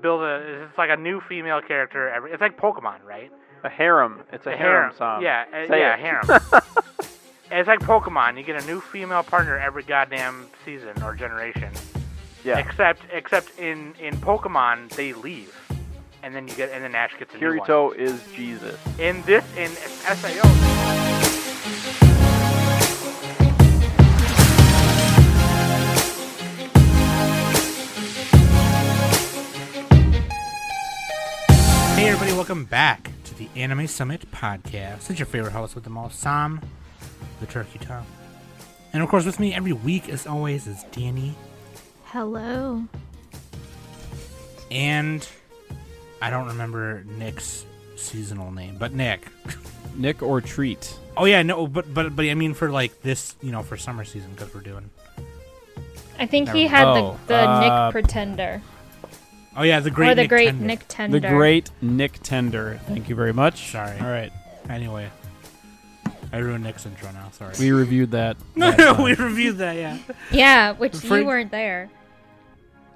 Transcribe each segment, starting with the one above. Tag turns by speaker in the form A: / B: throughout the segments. A: build a. It's like a new female character every. It's like Pokemon, right?
B: A harem. It's a, harem, song.
A: Yeah, uh,
B: Say
A: yeah,
B: it.
A: harem. it's like Pokemon. You get a new female partner every goddamn season or generation.
B: Yeah.
A: Except, except in in Pokemon they leave, and then you get and then Ash gets a new one.
B: Kirito is Jesus.
A: In this in Sao. Hey everybody, welcome back to the Anime Summit podcast. It's your favorite host with the most, Sam, the Turkey Tom, and of course with me every week, as always, is Danny
C: Hello.
A: and I don't remember Nick's seasonal name, but Nick.
D: Nick or treat.
A: Oh yeah, no, but but but I mean for like this, you know, for summer season because we're doing.
C: I think he
A: Never-
C: had
D: Oh,
C: the, the
D: uh,
C: Nick Pretender
A: Oh yeah, the great
C: or the
A: Nick
C: Great
A: Tender.
C: Nick Tender.
D: The great Nick Tender. Thank you very much.
A: Sorry.
D: All right.
A: Anyway, I ruined Nick's intro now. Sorry.
D: We reviewed that. uh,
A: no,
D: last
A: no,
D: time.
A: we reviewed that. Yeah.
C: Yeah, which
A: Frig-
C: you weren't there.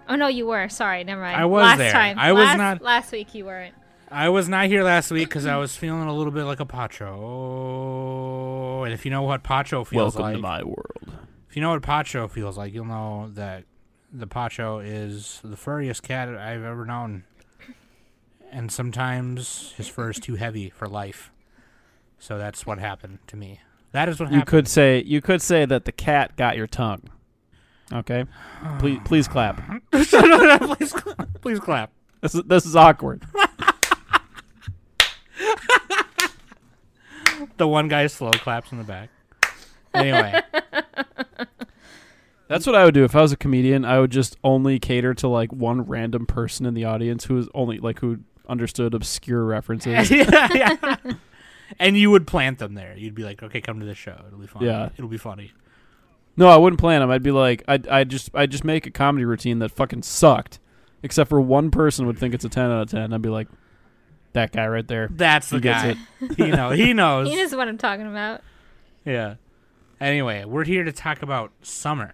C: Oh no, you were. Sorry, never mind.
A: I was
C: last
A: there.
C: time.
A: I was
C: last,
A: not-
C: Last week you weren't.
A: I was not here last week because I was feeling a little bit like a Pacho. And if you know what Pacho feels
D: Welcome
A: like,
D: to my world.
A: if you know what Pacho feels like, you'll know that the Pacho is the furriest cat I've ever known. And sometimes his fur is too heavy for life. So that's what happened to me. That is what
D: You
A: happened.
D: could say you could say that the cat got your tongue. Okay. Please please clap.
A: No, no, no, please, cla- please clap.
D: This is this is awkward.
A: The one guy slow claps in the back. Anyway,
D: That's what I would do if I was a comedian. I would just only cater to like one random person in the audience who is only like who understood obscure references.
A: yeah, yeah. and you would plant them there. You'd be like, "Okay, come to the show. It'll be fun.
D: Yeah.
A: it'll be funny."
D: No, I wouldn't plan them. I'd be like, I'd, I'd just, I'd just make a comedy routine that fucking sucked, except for one person would think it's a ten out of ten. I'd be like, that guy right there.
A: That's the
D: He gets
A: guy. He know. He knows.
C: He knows what I'm talking about.
A: Yeah. Anyway, we're here to talk about summer.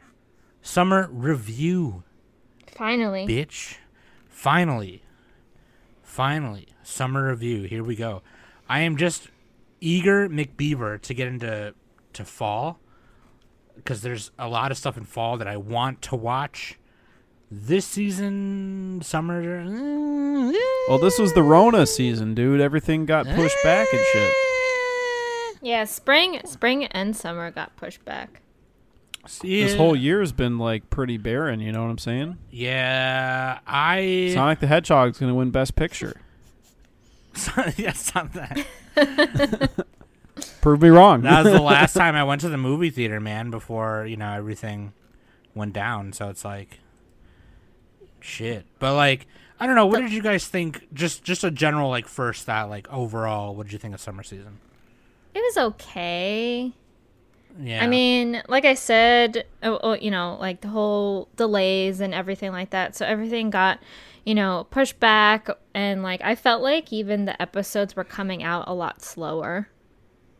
A: Summer review,
C: Finally.
A: bitch. Finally. Finally. Summer review. Here we go. I am just eager McBeaver to get into to fall because there's a lot of stuff in fall that I want to watch. This season, summer. eh,
D: Well, this was the Rona season, dude. Everything got pushed back and shit.
C: yeah, spring, spring and summer got pushed back.
D: This whole year's been like pretty barren. You know what I'm saying?
A: Yeah, I.
D: Sonic the Hedgehog's gonna win Best Picture.
A: yes, on that.
D: Prove me wrong.
A: that was the last time I went to the movie theater, man, before, you know, everything went down. So it's like shit. But like I don't know, what did you guys think just just a general like first thought, like overall, what did you think of summer season?
C: It was okay.
A: Yeah.
C: I mean, like I said, oh, oh, you know, like the whole delays and everything like that. So everything got, you know, pushed back. And like, I felt like even the episodes were coming out a lot slower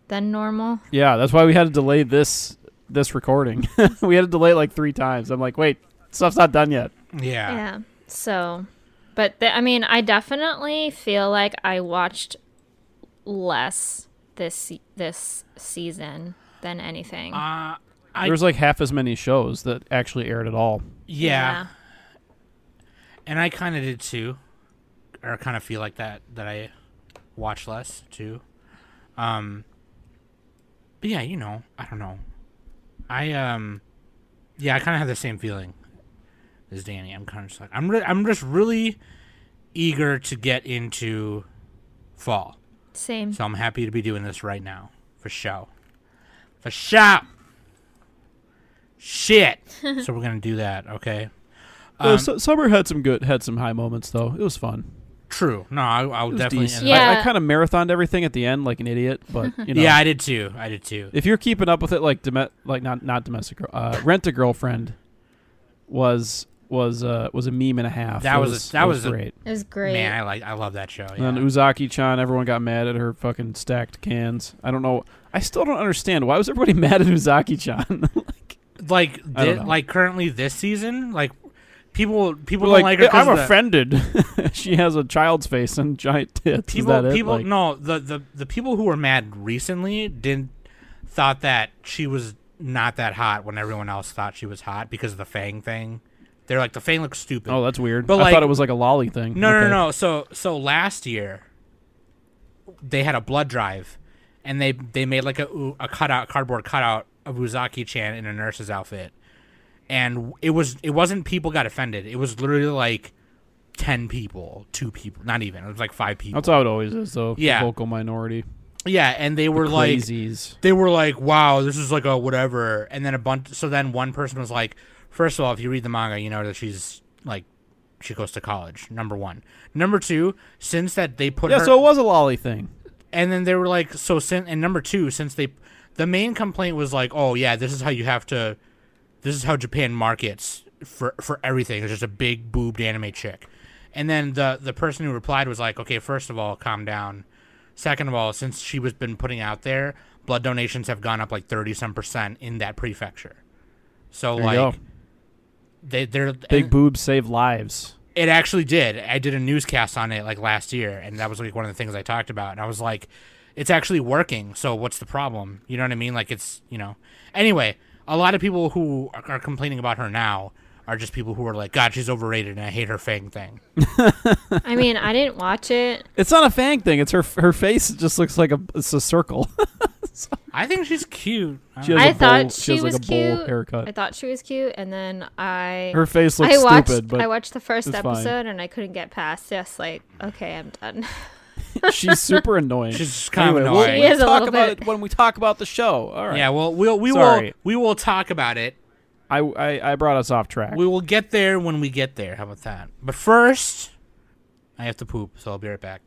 C: than normal.
D: yeah, that's why we had to delay this this recording. we had to delay it like three times. I'm like, wait, stuff's not done yet.
A: Yeah.
C: Yeah. So, but the, I mean, I definitely feel like I watched less this se- this season than anything.
A: Uh I
D: There's like half as many shows that actually aired at all.
A: yeah. And I kinda did too. Or kinda feel like that that I watch less too. Um But yeah, you know, I don't know. I um yeah, I kind of have the same feeling as Danny. I'm kind of just like I'm re- I'm just really eager to get into fall.
C: Same.
A: So I'm happy to be doing this right now for show. For show. Shit. so we're going to do that, okay? Um,
D: Uh, su- summer had some good, had some high moments though. It was fun.
A: True. No, I, I'll
D: It was
A: definitely
D: decent.
A: end up-
D: I,
C: Yeah.
D: I kind of marathoned everything at the end like an idiot, but you know,
A: Yeah, I did too. I did too.
D: if you're keeping up with it, like dom- like not not domestic, Girl- uh, rent a girlfriend was was uh, was a meme and a half.
A: That
D: It
A: was a- that
D: it
A: was a-
D: great.
C: It was great.
A: Man, I like I love that show.
D: And
A: yeah.
D: then Uzaki Chan, everyone got mad at her fucking stacked cans. I don't know. I still don't understand why was everybody mad at Uzaki Chan. like,
A: like
D: I don't
A: thi-
D: know.
A: like currently this season like people people don't
D: like,
A: like her. 'cause
D: I'm
A: of the-
D: offended. she has a child's face and giant tits.
A: People,
D: Is that it?
A: people,
D: Like,
A: no, the, the the people who were mad recently didn't thought that she was not that hot when everyone else thought she was hot because of the Fang thing. They're like the Fang looks stupid.
D: Oh, that's weird.
A: But,
D: I
A: like-
D: thought it was like a lolly thing.
A: No,
D: Okay.
A: no, no. So, so last year, they had a blood drive, and they they made like a u- a cutout cardboard cutout of Uzaki Chan in a nurse's outfit, and it was it wasn't people got offended. It was literally like ten people, two people, not even. It was like five people.
D: That's how it always is, though.
A: Yeah.
D: Vocal minority.
A: yeah, and they were like
D: Crazies.
A: they were like, "Wow, this is like a whatever," and then a bunch. So then one person was like, first of all, if you read the manga, you know that she's like, she goes to college. Number one. Number two, since that they put
D: Yeah,
A: her,
D: so it was a lolly thing.
A: and then they were like, so since and number two, since they, the main complaint was like, "Oh yeah, this is how you have to, this is how Japan markets for for everything. It's just a big boobed anime chick." And then the the person who replied was like, "Okay, first of all, calm down." Second of all, since she was been putting out there, blood donations have gone up like thirty some percent in that prefecture. So
D: There you
A: like
D: go.
A: they they're
D: Big
A: and
D: boobs save lives.
A: it actually did. I did a newscast on it like last year, and that was like one of the things I talked about. And I was like, it's actually working. So what's the problem? You know what I mean? Like it's you know. Anyway, a lot of people who are, are complaining about her now are just people who are like, God, she's overrated, and I hate her fang thing.
C: I mean, I didn't watch it.
D: It's not a fang thing. It's her her face just looks like a it's a circle.
A: I think she's cute. I
D: she
A: don't
D: has
A: know.
C: I
D: a bowl,
C: thought
D: she,
C: she
D: has like
C: was
D: a bowl
C: cute.
D: haircut.
C: I thought she was cute, and then I
D: her face looks
C: I watched
D: stupid, but
C: I watched the first
D: it's fine.
C: episode and I couldn't get past just like okay, I'm done.
D: she's super annoying.
A: She's kind of
D: we'll-
A: annoying.
C: She
D: we'll
C: is a
D: talk
C: little
D: about
C: bit.
D: it when we talk about the show. All right.
A: yeah, well, we'll we will
D: Sorry.
A: we will talk about it.
D: I, I I brought us off track.
A: We will get there when we get there. How about that? But first, I have to poop, so I'll be right back.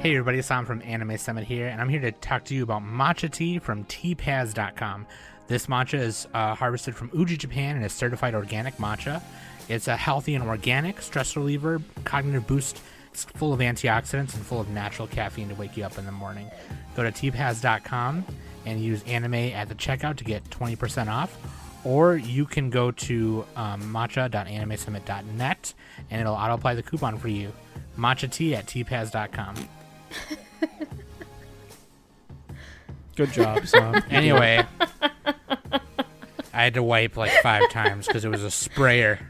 A: hey everybody, it's Sam from Anime Summit here, and I'm here to talk to you about matcha tea from teapaz.com. This matcha is uh, harvested from Uji, Japan, and is certified organic matcha. It's a healthy and organic stress reliever, cognitive boost. It's full of antioxidants and full of natural caffeine to wake you up in the morning. Go to teapaz.com and use anime at the checkout to get 20% off. Or you can go to um, matcha.animesummit.net and it'll auto apply the coupon for you. Matcha tea at teapaz.com.
D: Good job, son.
A: Anyway, I had to wipe like five times because it was a sprayer.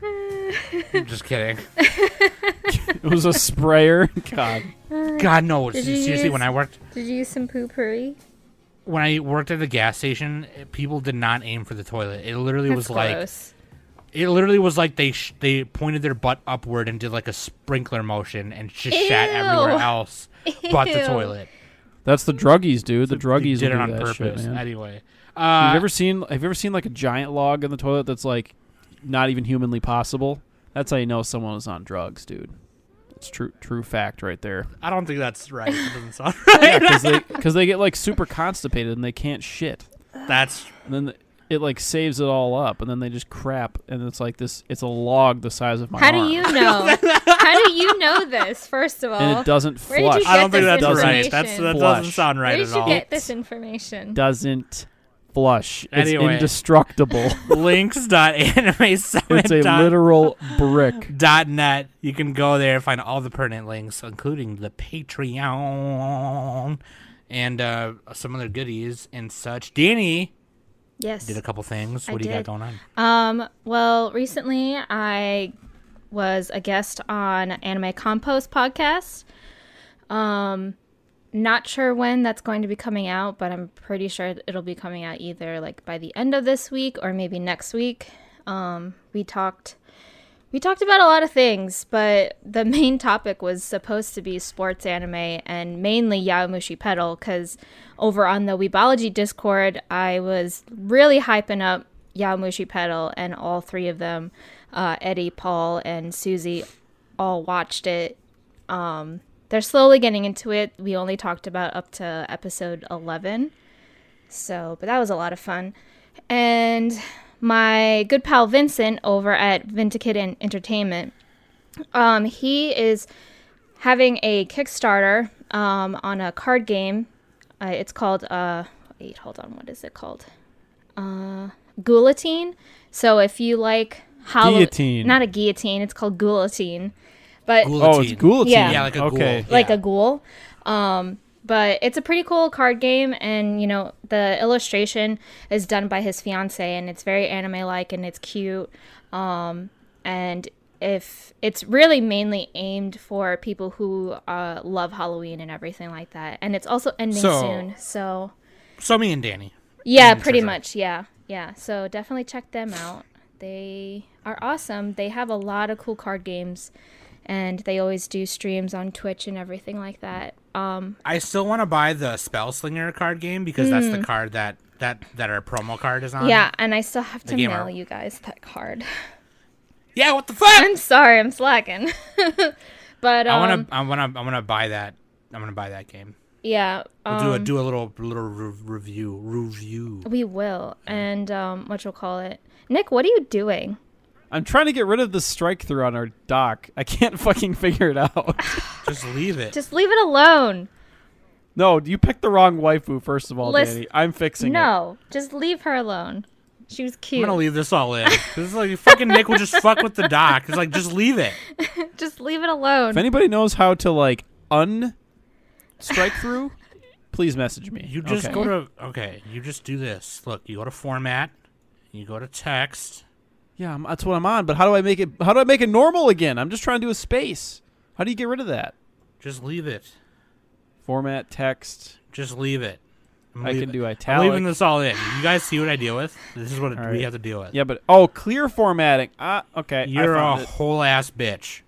A: I'm just kidding.
D: it was a sprayer. God.
A: God no,
C: Did you
A: seriously, when
C: use-
A: I worked
C: Did you use some poo poopery?
A: when I worked at the gas station, it- people did not aim for the toilet. It literally was like it literally was like they sh- they pointed their butt upward and did like a sprinkler motion and just shat everywhere
C: Ew.
A: else but the
C: Ew.
A: toilet.
D: That's the druggies, dude. The
A: They
D: druggies
A: did it
D: will
A: on
D: do that
A: purpose.
D: shit, man.
A: anyway,
D: Have
A: uh,
D: you ever seen? Have you ever seen like a giant log in the toilet that's like not even humanly possible? That's how you know someone is on drugs, dude. It's true, true fact right there.
A: I don't think that's right. It doesn't sound right.
D: Because they, 'cause they get like super constipated and they can't shit,
A: that's
D: and then it like saves it all up, and then they just crap, and it's like this. It's a log the size of my
C: How do
D: arm,
C: you know? How do you know this? First of all,
D: and it doesn't
C: Where did you
D: flush.
A: I don't
C: Get
A: think
C: this
A: that's right.
C: information.
A: That's that doesn't
D: Flush.
A: sound right
C: where did
A: at
C: you
A: all.
C: get this information?
D: Doesn't flush. It's
A: Anyway.
D: indestructible. it's a
A: Links.animesummit.net.
D: literal brick.
A: You can go there, find all the pertinent links, including the Patreon and uh, some other goodies and such. Danny
C: yes.
A: did a couple things.
C: I
A: What do you got
C: did.
A: going on?
C: Um, well, recently I was a guest on Anime Compost podcast. Um, not sure when that's going to be coming out, but I'm pretty sure it'll be coming out either like by the end of this week or maybe next week. Um, we talked we talked about a lot of things, but the main topic was supposed to be sports anime and mainly Yaumushi Pedal because over on the Weebology Discord, I was really hyping up Yaumushi Pedal and all three of them, uh, Eddie, Paul, and Susie, all watched it. Um, they're slowly getting into it. We only talked about up to episode 11. So, but that was a lot of fun. And my good pal Vincent over at Vintakid En- Entertainment, um, he is having a Kickstarter um, on a card game. Uh, it's called, uh, wait, hold on, what is it called? uh, guillotine. So if you like Hall-
D: Guillotine.
C: not a guillotine, it's called guillotine, but
D: Oh, it's guillotine.
C: Yeah.
A: Yeah, like a
D: okay.
A: ghoul.
C: like
A: yeah.
C: a ghoul. Um, but it's a pretty cool card game, and you know the illustration is done by his fiance, and it's very anime-like and it's cute. Um, and if it's really mainly aimed for people who uh, love Halloween and everything like that, and it's also ending
A: So-
C: soon, so
A: So me and Danny.
C: yeah,
A: Mm,
C: pretty
A: treasure.
C: much. Yeah, yeah. So definitely check them out. They are awesome. They have a lot of cool card games, and they always do streams on Twitch and everything like that. Um,
A: I still want to buy the Spellslinger card game because that's the card that that that our promo card is on.
C: Hmm. yeah, and I still have to
A: the game
C: mail
A: art.
C: you guys that card.
A: Yeah. What the fuck?
C: I'm sorry, I'm slacking. but um,
A: I want to. I want to. I want to buy that. I'm gonna buy that game.
C: yeah,
A: We'll
C: um,
A: do a do a little little re- review review.
C: we will. And um, what you'll call it, Nick? What are you doing?
D: I'm trying to get rid of the strike through on our dock. I can't fucking figure it out.
A: Just leave it.
C: Just leave it alone.
D: no, you picked the wrong waifu, first of all,
C: Listen-
D: Danny. I'm fixing it.
C: No, just leave her alone. She was
A: I'm
C: cute.
A: gonna leave this all in. This is like fucking Nick will just fuck with the doc. It's like just leave it.
C: Just leave it alone.
D: If anybody knows how to like un strike through, please message me.
A: You just
D: Okay.
A: go to okay. You just do this. Look, you go to format. You go to text.
D: Yeah, I'm, that's what I'm on. But how do I make it? How do I make it normal again? I'm just trying to do a space. How do you get rid of that?
A: Just leave it.
D: Format text.
A: Just leave it. I'm
D: I
A: leav-
D: can do
A: I'm
D: italic.
A: leaving this all in. You guys see what I deal with? This is what
D: All
A: we
D: right.
A: have to deal with.
D: yeah, but oh, clear formatting. Ah, okay.
A: You're
D: I
A: a
D: found it.
A: whole ass bitch.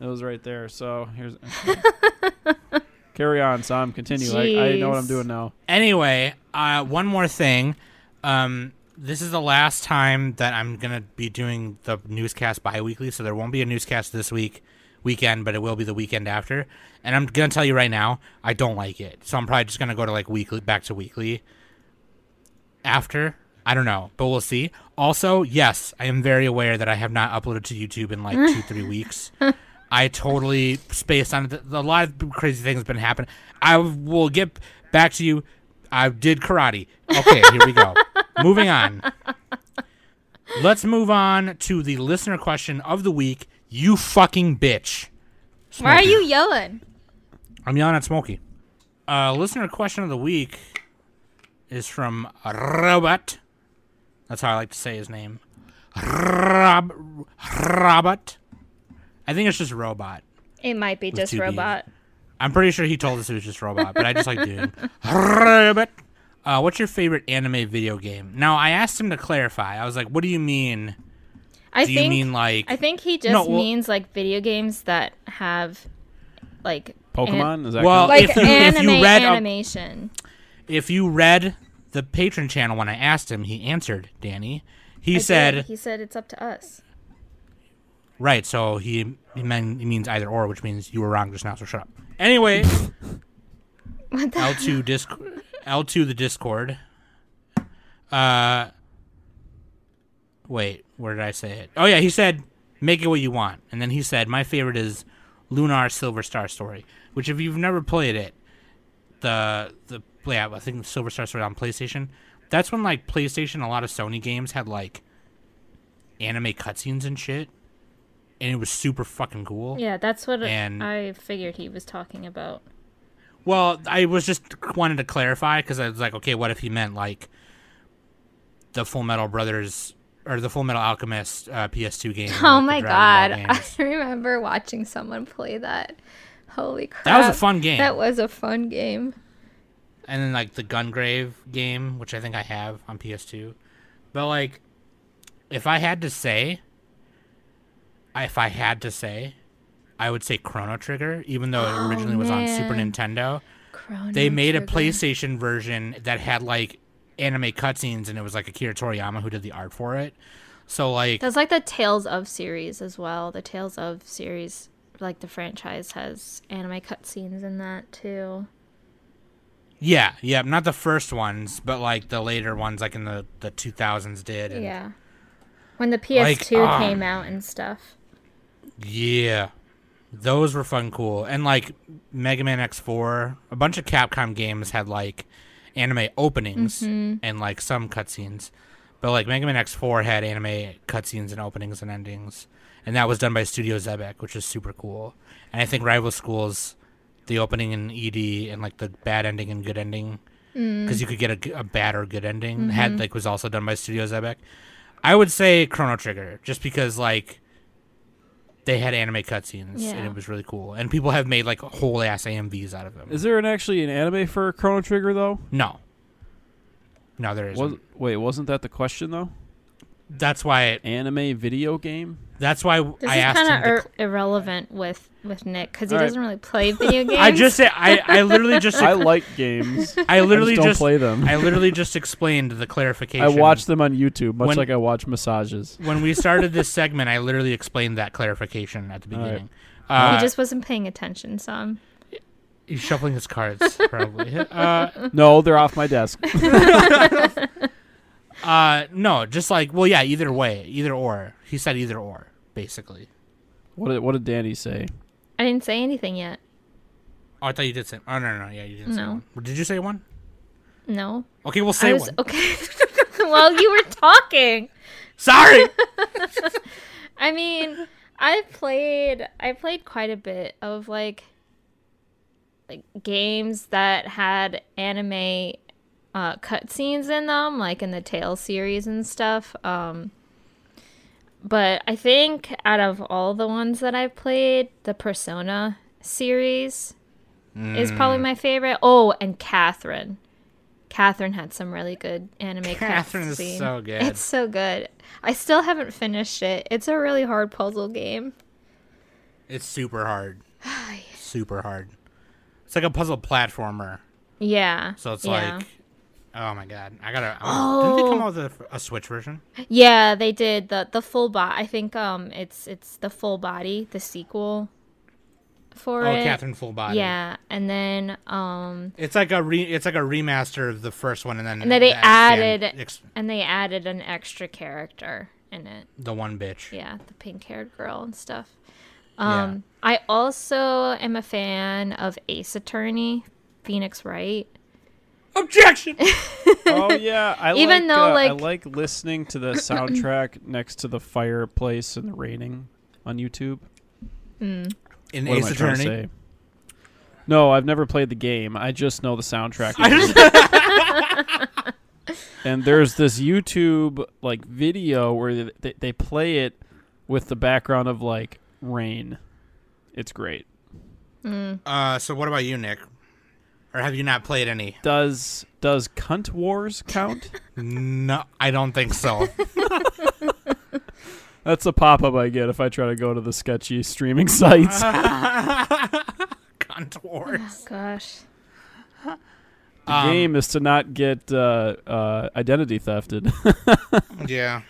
D: It was right there. So here's. Carry on, Sam. Continue. I, I know what I'm
C: Jeez.
D: doing now.
A: Anyway, uh, one more thing. Um, this is the last time that I'm gonna be doing the newscast bi-weekly, so there won't be a newscast this week weekend, but it will be the weekend after. And I'm gonna tell you right now, I don't like it. So I'm probably just gonna go to like weekly, back to weekly after. I don't know, but we'll see. Also, yes, I am very aware that I have not uploaded to YouTube in like two, three weeks. I totally spaced on it. A lot of crazy things have been happening. I will get back to you. I did karate. Okay, here we go. Moving on. Let's move on to the listener question of the week. You fucking bitch.
C: Why are
A: Smokey.
C: you yelling?
A: I'm yelling at Smokey. Uh, listener question of the week is from Robot. That's how I like to say his name. Rob, Robot. I think it's just Robot.
C: It might be just
A: two Bs.
C: robot.
A: I'm pretty sure he told us it was just Robot, but I just like doing Robot. Uh, what's your favorite anime video game? Now I asked him to clarify. I was like, "What do you mean?
C: I
A: Do you
C: think
A: mean like
C: I think he just
A: No, well-
C: means like video games that have like
D: Pokemon is that
A: Well,
D: count?
C: an- like
A: If you- if
C: anime
A: you read a-
C: animation.
A: if you read the patron channel when I asked him, he answered, Danny. He
C: I did.
A: said
C: he said it's up to us.
A: Right, so he he, mean, he means either or, which means you were wrong just now. So shut up. Anyway,
C: What the
A: L two disc L two the Discord. Uh, wait, where did I say it? Oh yeah, he said make it what you want, and then he said my favorite is Lunar Silver Star Story, which if you've never played it, the the yeah I think Silver Star Story on PlayStation. That's when like PlayStation, a lot of Sony games had like anime cutscenes and shit, and it was super fucking cool.
C: Yeah, that's what
A: Oh. And-
C: I figured he was talking about.
A: Well, I was just wanted to clarify because I was like, okay, what if he meant like the Full Metal Brothers or the Full Metal Alchemist uh, PS2 game? and,
C: Oh
A: like, the
C: my god,
A: Dragon Ball
C: I
A: games?
C: remember watching someone play that. Holy crap.
A: That was a fun game.
C: That was a fun game.
A: and then like the Gungrave game, which I think I have on PS2. But like, if I had to say, if I had to say, I would say Chrono Trigger, even though it originally was on Super
C: Oh, man.
A: Nintendo.
C: Chrono
A: they made a
C: Trigger.
A: PlayStation version that had like anime cutscenes, and it was like Akira Toriyama who did the art for it. So like,
C: That's like the Tales of series as well. The Tales of series, like the franchise, has anime cutscenes in that too.
A: yeah, yeah, not the first ones, but like the later ones, like in the the two thousands did. and-
C: Yeah. When the PS2
A: um,
C: came out and stuff.
A: yeah, those were fun, cool, and like Mega Man X four, a bunch of Capcom games had like anime openings and like some cutscenes, but like Mega Man X Four had anime cutscenes and openings and endings, and that was done by Studio Zebek, which is super cool. And I think Rival Schools, the opening in ED and like the bad ending and good ending, because you could get a g- a, bad or good ending, had like was also done by Studio Zebek. I would say Chrono Trigger, just because like they had anime cutscenes and
C: Yeah.
A: it was really cool, and people have made like whole ass AMVs out of them.
D: Is there an actually an anime for Chrono Trigger though?
A: No. No, there isn't.
D: Was wait, wasn't that the question though?
A: that's why.
D: Anime video game?
A: That's why
C: This
A: I
C: is
A: asked
C: kind
A: him.
C: of
A: To,
C: ir- irrelevant with with Nick because he
D: All right.
C: doesn't really play video games.
A: I just say I. I literally just.
D: I
A: I,
D: like games.
A: literally
D: I
A: just.
D: just don't play them.
A: I literally just explained the clarification.
D: I watch them on YouTube, much
A: When-
D: like I watch massages.
A: when we started this segment. I literally explained that clarification at the
D: All right.
A: beginning.
C: he
A: Uh,
C: just wasn't paying attention, so I'm
A: he's shuffling his cards probably. uh,
D: No, they're off my desk.
A: uh, no, just like well, yeah. Either way, either or. He said either or, basically.
D: What did, what did Danny say?
C: I didn't say anything yet.
A: Oh, I thought you did say. Oh no, no, no yeah, you didn't say
C: No.
A: one. Did you say one?
C: No,
A: Okay, we'll
C: I
A: say
C: was
A: one.
C: okay. While you were talking,
A: Sorry.
C: I mean, I played I played quite a bit of like like games that had anime uh, cutscenes in them, like in the Tales series and stuff. Um, but I think out of all the ones that I've played, the Persona series is
A: Hmm.
C: probably my favorite. Oh, and Catherine. Catherine had some really good anime
A: Catherine is
C: cutscene.
A: so good.
C: It's so good. I still haven't finished it. It's a really hard puzzle game.
A: It's super hard. super hard. It's like a puzzle platformer.
C: Yeah.
A: So it's
C: yeah.
A: like, oh my god, I gotta. Oh. Didn't they come out with a, a Switch version?
C: Yeah, they did the the full bot. I think um, it's it's the full body, the sequel for
A: Oh,
C: it.
A: Catherine Full Body.
C: Yeah, and then um,
A: It's like a re. It's like a remaster of the first one, and then
C: And then they
A: the expand-
C: added-
A: ex-
C: and they added an extra character in it.
A: the one bitch.
C: Yeah, the pink haired girl and stuff.
A: Yeah.
C: Um, I also am a fan of Ace Attorney, Phoenix Wright.
A: Objection.
D: oh yeah, I
C: Even
D: like,
C: though,
D: uh, I
C: like-
D: like listening to the soundtrack next to the fireplace and the raining on YouTube.
A: In
D: What am
A: Ace
D: I trying to
A: Attorney.
D: say? No, I've never played the game. I just know the soundtrack.
A: I just-
D: and there's this YouTube like video where they- they, they play it with the background of like rain. It's great.
A: uh, so what about you, Nick? Or have you not played any?
D: Does does Cunt Wars count?
A: No, I don't think so.
D: That's a pop up I get if I try to go to the sketchy streaming sites.
A: Contours.
C: Gosh.
D: The
A: Um,
D: game is to not get uh, uh, identity thefted.
A: Yeah.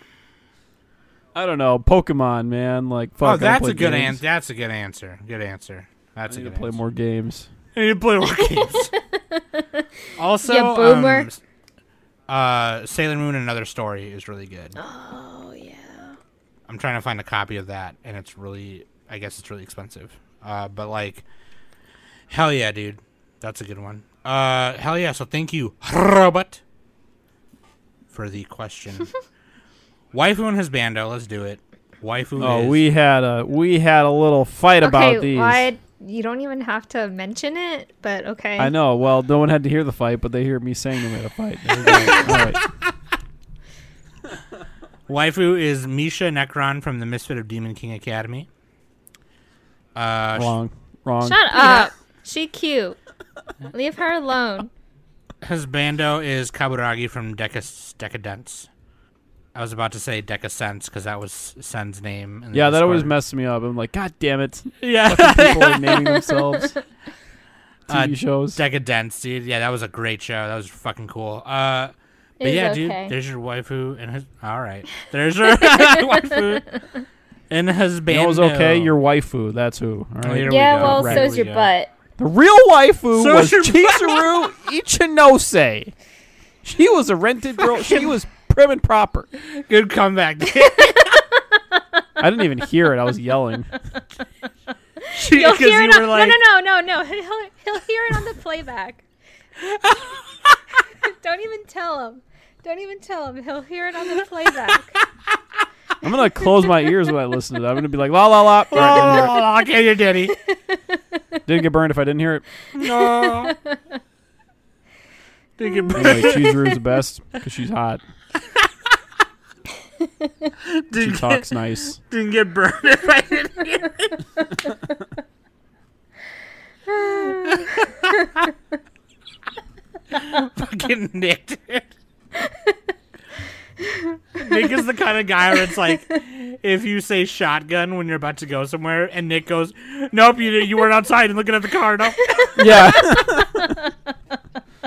D: I don't know, Pokemon, man. Like, fuck.
A: oh,
D: I don't
A: that's
D: play
A: a good
D: games.
A: answer. That's a good answer. Good answer. That's
D: I
A: a
D: need
A: good
D: to play
A: answer.
D: more games.
A: I need to play more games. also,
C: Yeah, boomer.
A: um, s- uh, Sailor Moon: Another Story is really good.
C: Oh yeah.
A: I'm trying to find a copy of that, and it's really, I guess it's really expensive. Uh, but like, hell yeah, dude, that's a good one. Uh, hell yeah. So thank you, Robert, for the question. Waifu and his bando. Let's do it. Waifu.
D: Oh,
A: is-
D: we had a we had a little fight about
C: okay,
D: these.
C: why you don't even have to mention it, but okay.
D: I know. Well, no one had to hear the fight, but they hear me saying they made a fight. There we go. All right.
A: Waifu is Misha Necron from the Misfit of Demon King Academy. Uh,
D: Wrong. Wrong.
C: Shut up. She cute. Leave her alone.
A: His bando is Kaburagi from Decus Decadence. I was about to say Decascence because that was Sen's name. in the
D: Yeah, that always
A: Discord.
D: messes me up. I'm like, God damn it!
A: Yeah,
D: People are naming themselves TV
A: Uh,
D: shows.
A: Decadence, dude. Yeah, that was a great show. That was fucking cool. Uh, but
C: is
A: yeah,
C: okay.
A: dude, there's your waifu and his. All right, there's your waifu and his bando.
D: no, it was okay. Your waifu. That's who. All right.
A: Here we
C: yeah,
A: go.
C: well,
A: Right.
C: so so's
A: Here we
C: your
A: go.
C: butt.
D: The real waifu
A: So
D: was
A: should-
D: Chizuru Ichinose. She was a rented girl. She was prim and proper.
A: good comeback.
D: I didn't even hear it. I was yelling.
A: She-
C: You'll
A: 'cause
C: hear
A: you
C: it
A: were
C: on
A: like-
C: No no no no no. He'll he'll hear it on the playback. Don't even tell him. Don't even tell him. He'll hear it on the playback.
D: I'm gonna close my ears when I listen to that. I'm gonna be like la la la. Sorry, didn't hear it.
A: I can't hear Daddy.
D: Didn't get burned if I didn't hear it.
A: No. Think it
D: Anyway, Cheese Rue is the best because she's hot. She
A: didn't,
D: talks nice.
A: didn't get burned if I didn't hear it. Fucking Nick, dude. Nick is the kind of guy where it's like, if you say shotgun when you're about to go somewhere, and Nick goes, "Nope, you you weren't outside and looking at the car." No.
D: Yeah.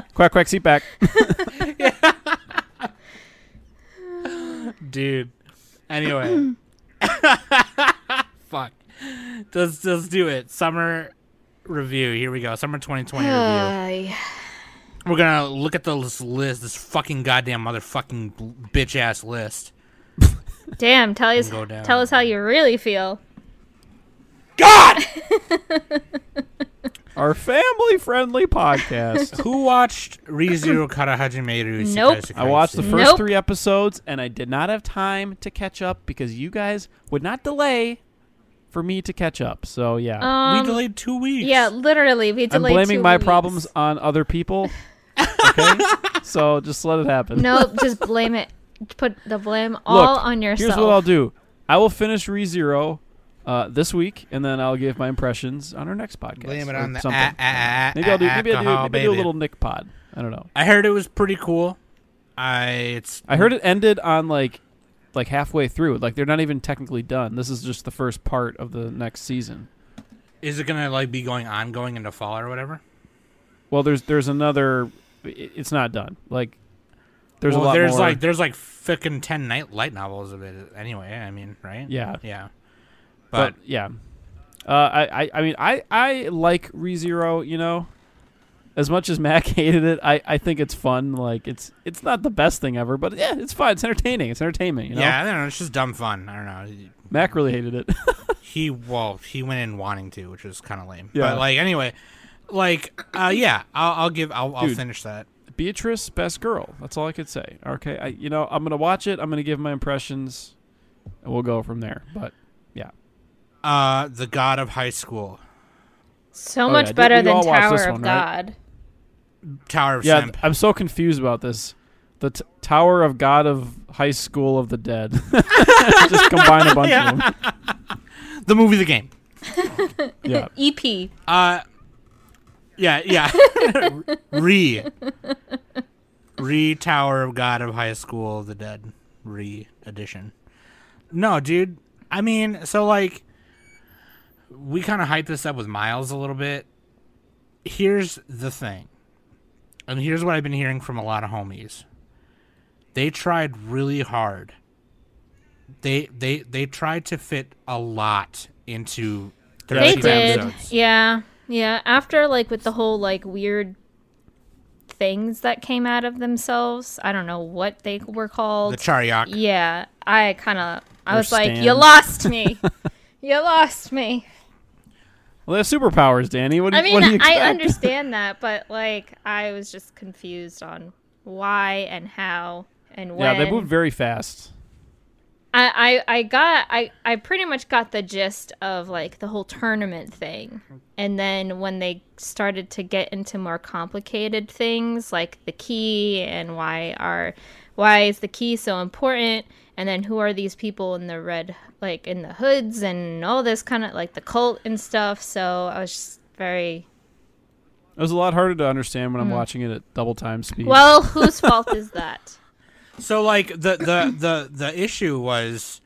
D: quack quack seat back.
A: dude. Anyway, fuck. Let's let's do it. Summer review. Here we go. Summer 2020 review.
C: Ay.
A: We're gonna look at this list, this fucking goddamn motherfucking bitch ass list.
C: Damn, tell us
A: Go down.
C: tell us how you really feel.
A: God,
D: Our family friendly podcast.
A: who watched ReZero Karahajime
C: Nope.
D: I watched the first
C: Nope.
D: three episodes and I did not have time to catch up because you guys would not delay for me to catch up. So yeah.
A: We
C: Um,
A: delayed two weeks.
C: yeah, literally, we
D: I'm
C: delayed.
D: blaming
C: two
D: my
C: weeks.
D: problems on other people. Okay? so just let it happen.
C: No, just blame it. Put the blame all
D: Look,
C: on yourself.
D: Here's what I'll do. I will finish ReZero uh, this week, and then I'll give my impressions on our next podcast.
A: blame it
D: or
A: on the
D: something.
A: a- a- a-
D: maybe I'll do. Maybe I'll do.
A: alcohol,
D: Maybe I'll do a
A: baby.
D: little Nick pod. I don't know.
A: I heard it was pretty cool. I it's
D: I heard it ended on like, like halfway through. Like they're not even technically done. This is just the first part of the next season.
A: is it gonna like be going ongoing into fall or whatever?
D: Well, there's there's another. it- It's not done. Like there's
A: well,
D: a lot
A: there's
D: more.
A: like there's like fucking ten night light novels of it anyway. I mean, right?
D: yeah,
A: yeah. But,
D: but, yeah, uh, I, I I mean I I like ReZero. You know, as much as Mac hated it, I I think it's fun. Like it's it's not the best thing ever, but yeah, it's fun. It's entertaining. It's entertainment. You know,
A: yeah, I don't know. It's just dumb fun. I don't know.
D: Mac really hated it.
A: He well, he went in wanting to, which was kind of lame.
D: Yeah.
A: But like anyway, like uh, yeah, I'll, I'll give I'll, I'll
D: Dude.
A: finish that.
D: Beatrice, best girl. That's all I could say. Okay, I you know I'm gonna watch it. I'm gonna give my impressions, and we'll go from there. But
A: Uh, the God of High School,
C: so
D: Oh, yeah,
C: much
D: did-
C: better
D: you
C: than
D: all watched
C: Tower
D: this
C: of
D: one, right?
C: God.
A: Tower of
D: yeah,
A: Simp.
D: I'm so confused about this. The t- Tower of God of High School of the Dead. Just combine a bunch of them.
A: The movie, the game.
D: Yeah,
C: EP.
A: Uh, yeah, yeah. Re. Re Tower of God of High School of the Dead. Re edition. No, dude. I mean, so like, we kind of hyped this up with Miles a little bit. Here's the thing. And here's what I've been hearing from a lot of homies. They tried really hard. They they they tried to fit a lot into 13
C: They did.
A: episodes.
C: Yeah. Yeah. After like with the whole like weird things that came out of themselves. I don't know what they were called.
A: the Chariok.
C: yeah. I kinda I
D: Or
C: was like, You
D: Stan.
C: lost me. you lost me.
D: well, they have superpowers, Danny. What do
C: I
D: you, what do you
C: mean I
D: expect?
C: understand that, but like I was just confused on why and how and
D: Yeah,
C: when.
D: they moved very fast.
C: I, I I got I I pretty much got the gist of like the whole tournament thing, and then when they started to get into more complicated things like the key and why are why is the key so important, and then who are these people in the red like in the hoods and all this kind of like the cult and stuff. So I was just very
D: It was a lot harder to understand when I'm watching it at double time speed.
C: Hmm. well. Whose fault is that?
A: So like the the the the issue was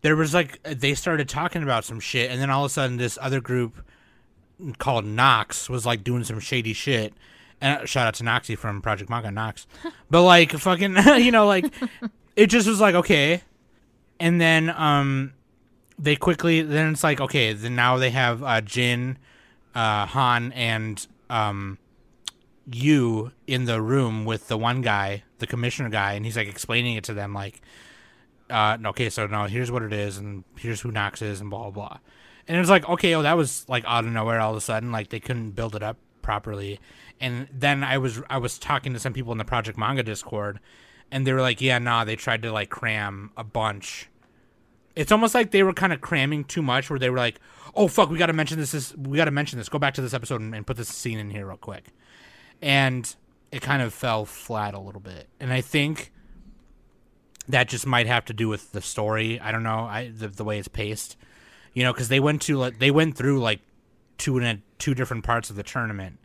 A: there was like they started talking about some shit, and then all of a sudden this other group called Knox was like doing some shady shit. And uh, shout out to Noxy from Project Manga Knox, but like fucking you know like it just was like okay, and then um they quickly then it's like okay then now they have uh Jin, uh Han and um you in the room with the one guy, the commissioner guy, and he's like explaining it to them, like, uh, no, okay, so no, here's what it is, and here's who Knox is, and blah blah blah. And it's like, okay, oh, that was like out of nowhere all of a sudden, like they couldn't build it up properly. And then I was I was talking to some people in the Project Manga Discord, and they were like, "Yeah, nah." They tried to like cram a bunch. It's almost like they were kind of cramming too much, where they were like, "Oh fuck, we got to mention this, this. We got to mention this. Go back to this episode and, and put this scene in here real quick." And it kind of fell flat a little bit. And I think that just might have to do with the story. I don't know. I the, the way it's paced, you know, because they went to like they went through like two and two different parts of the tournament.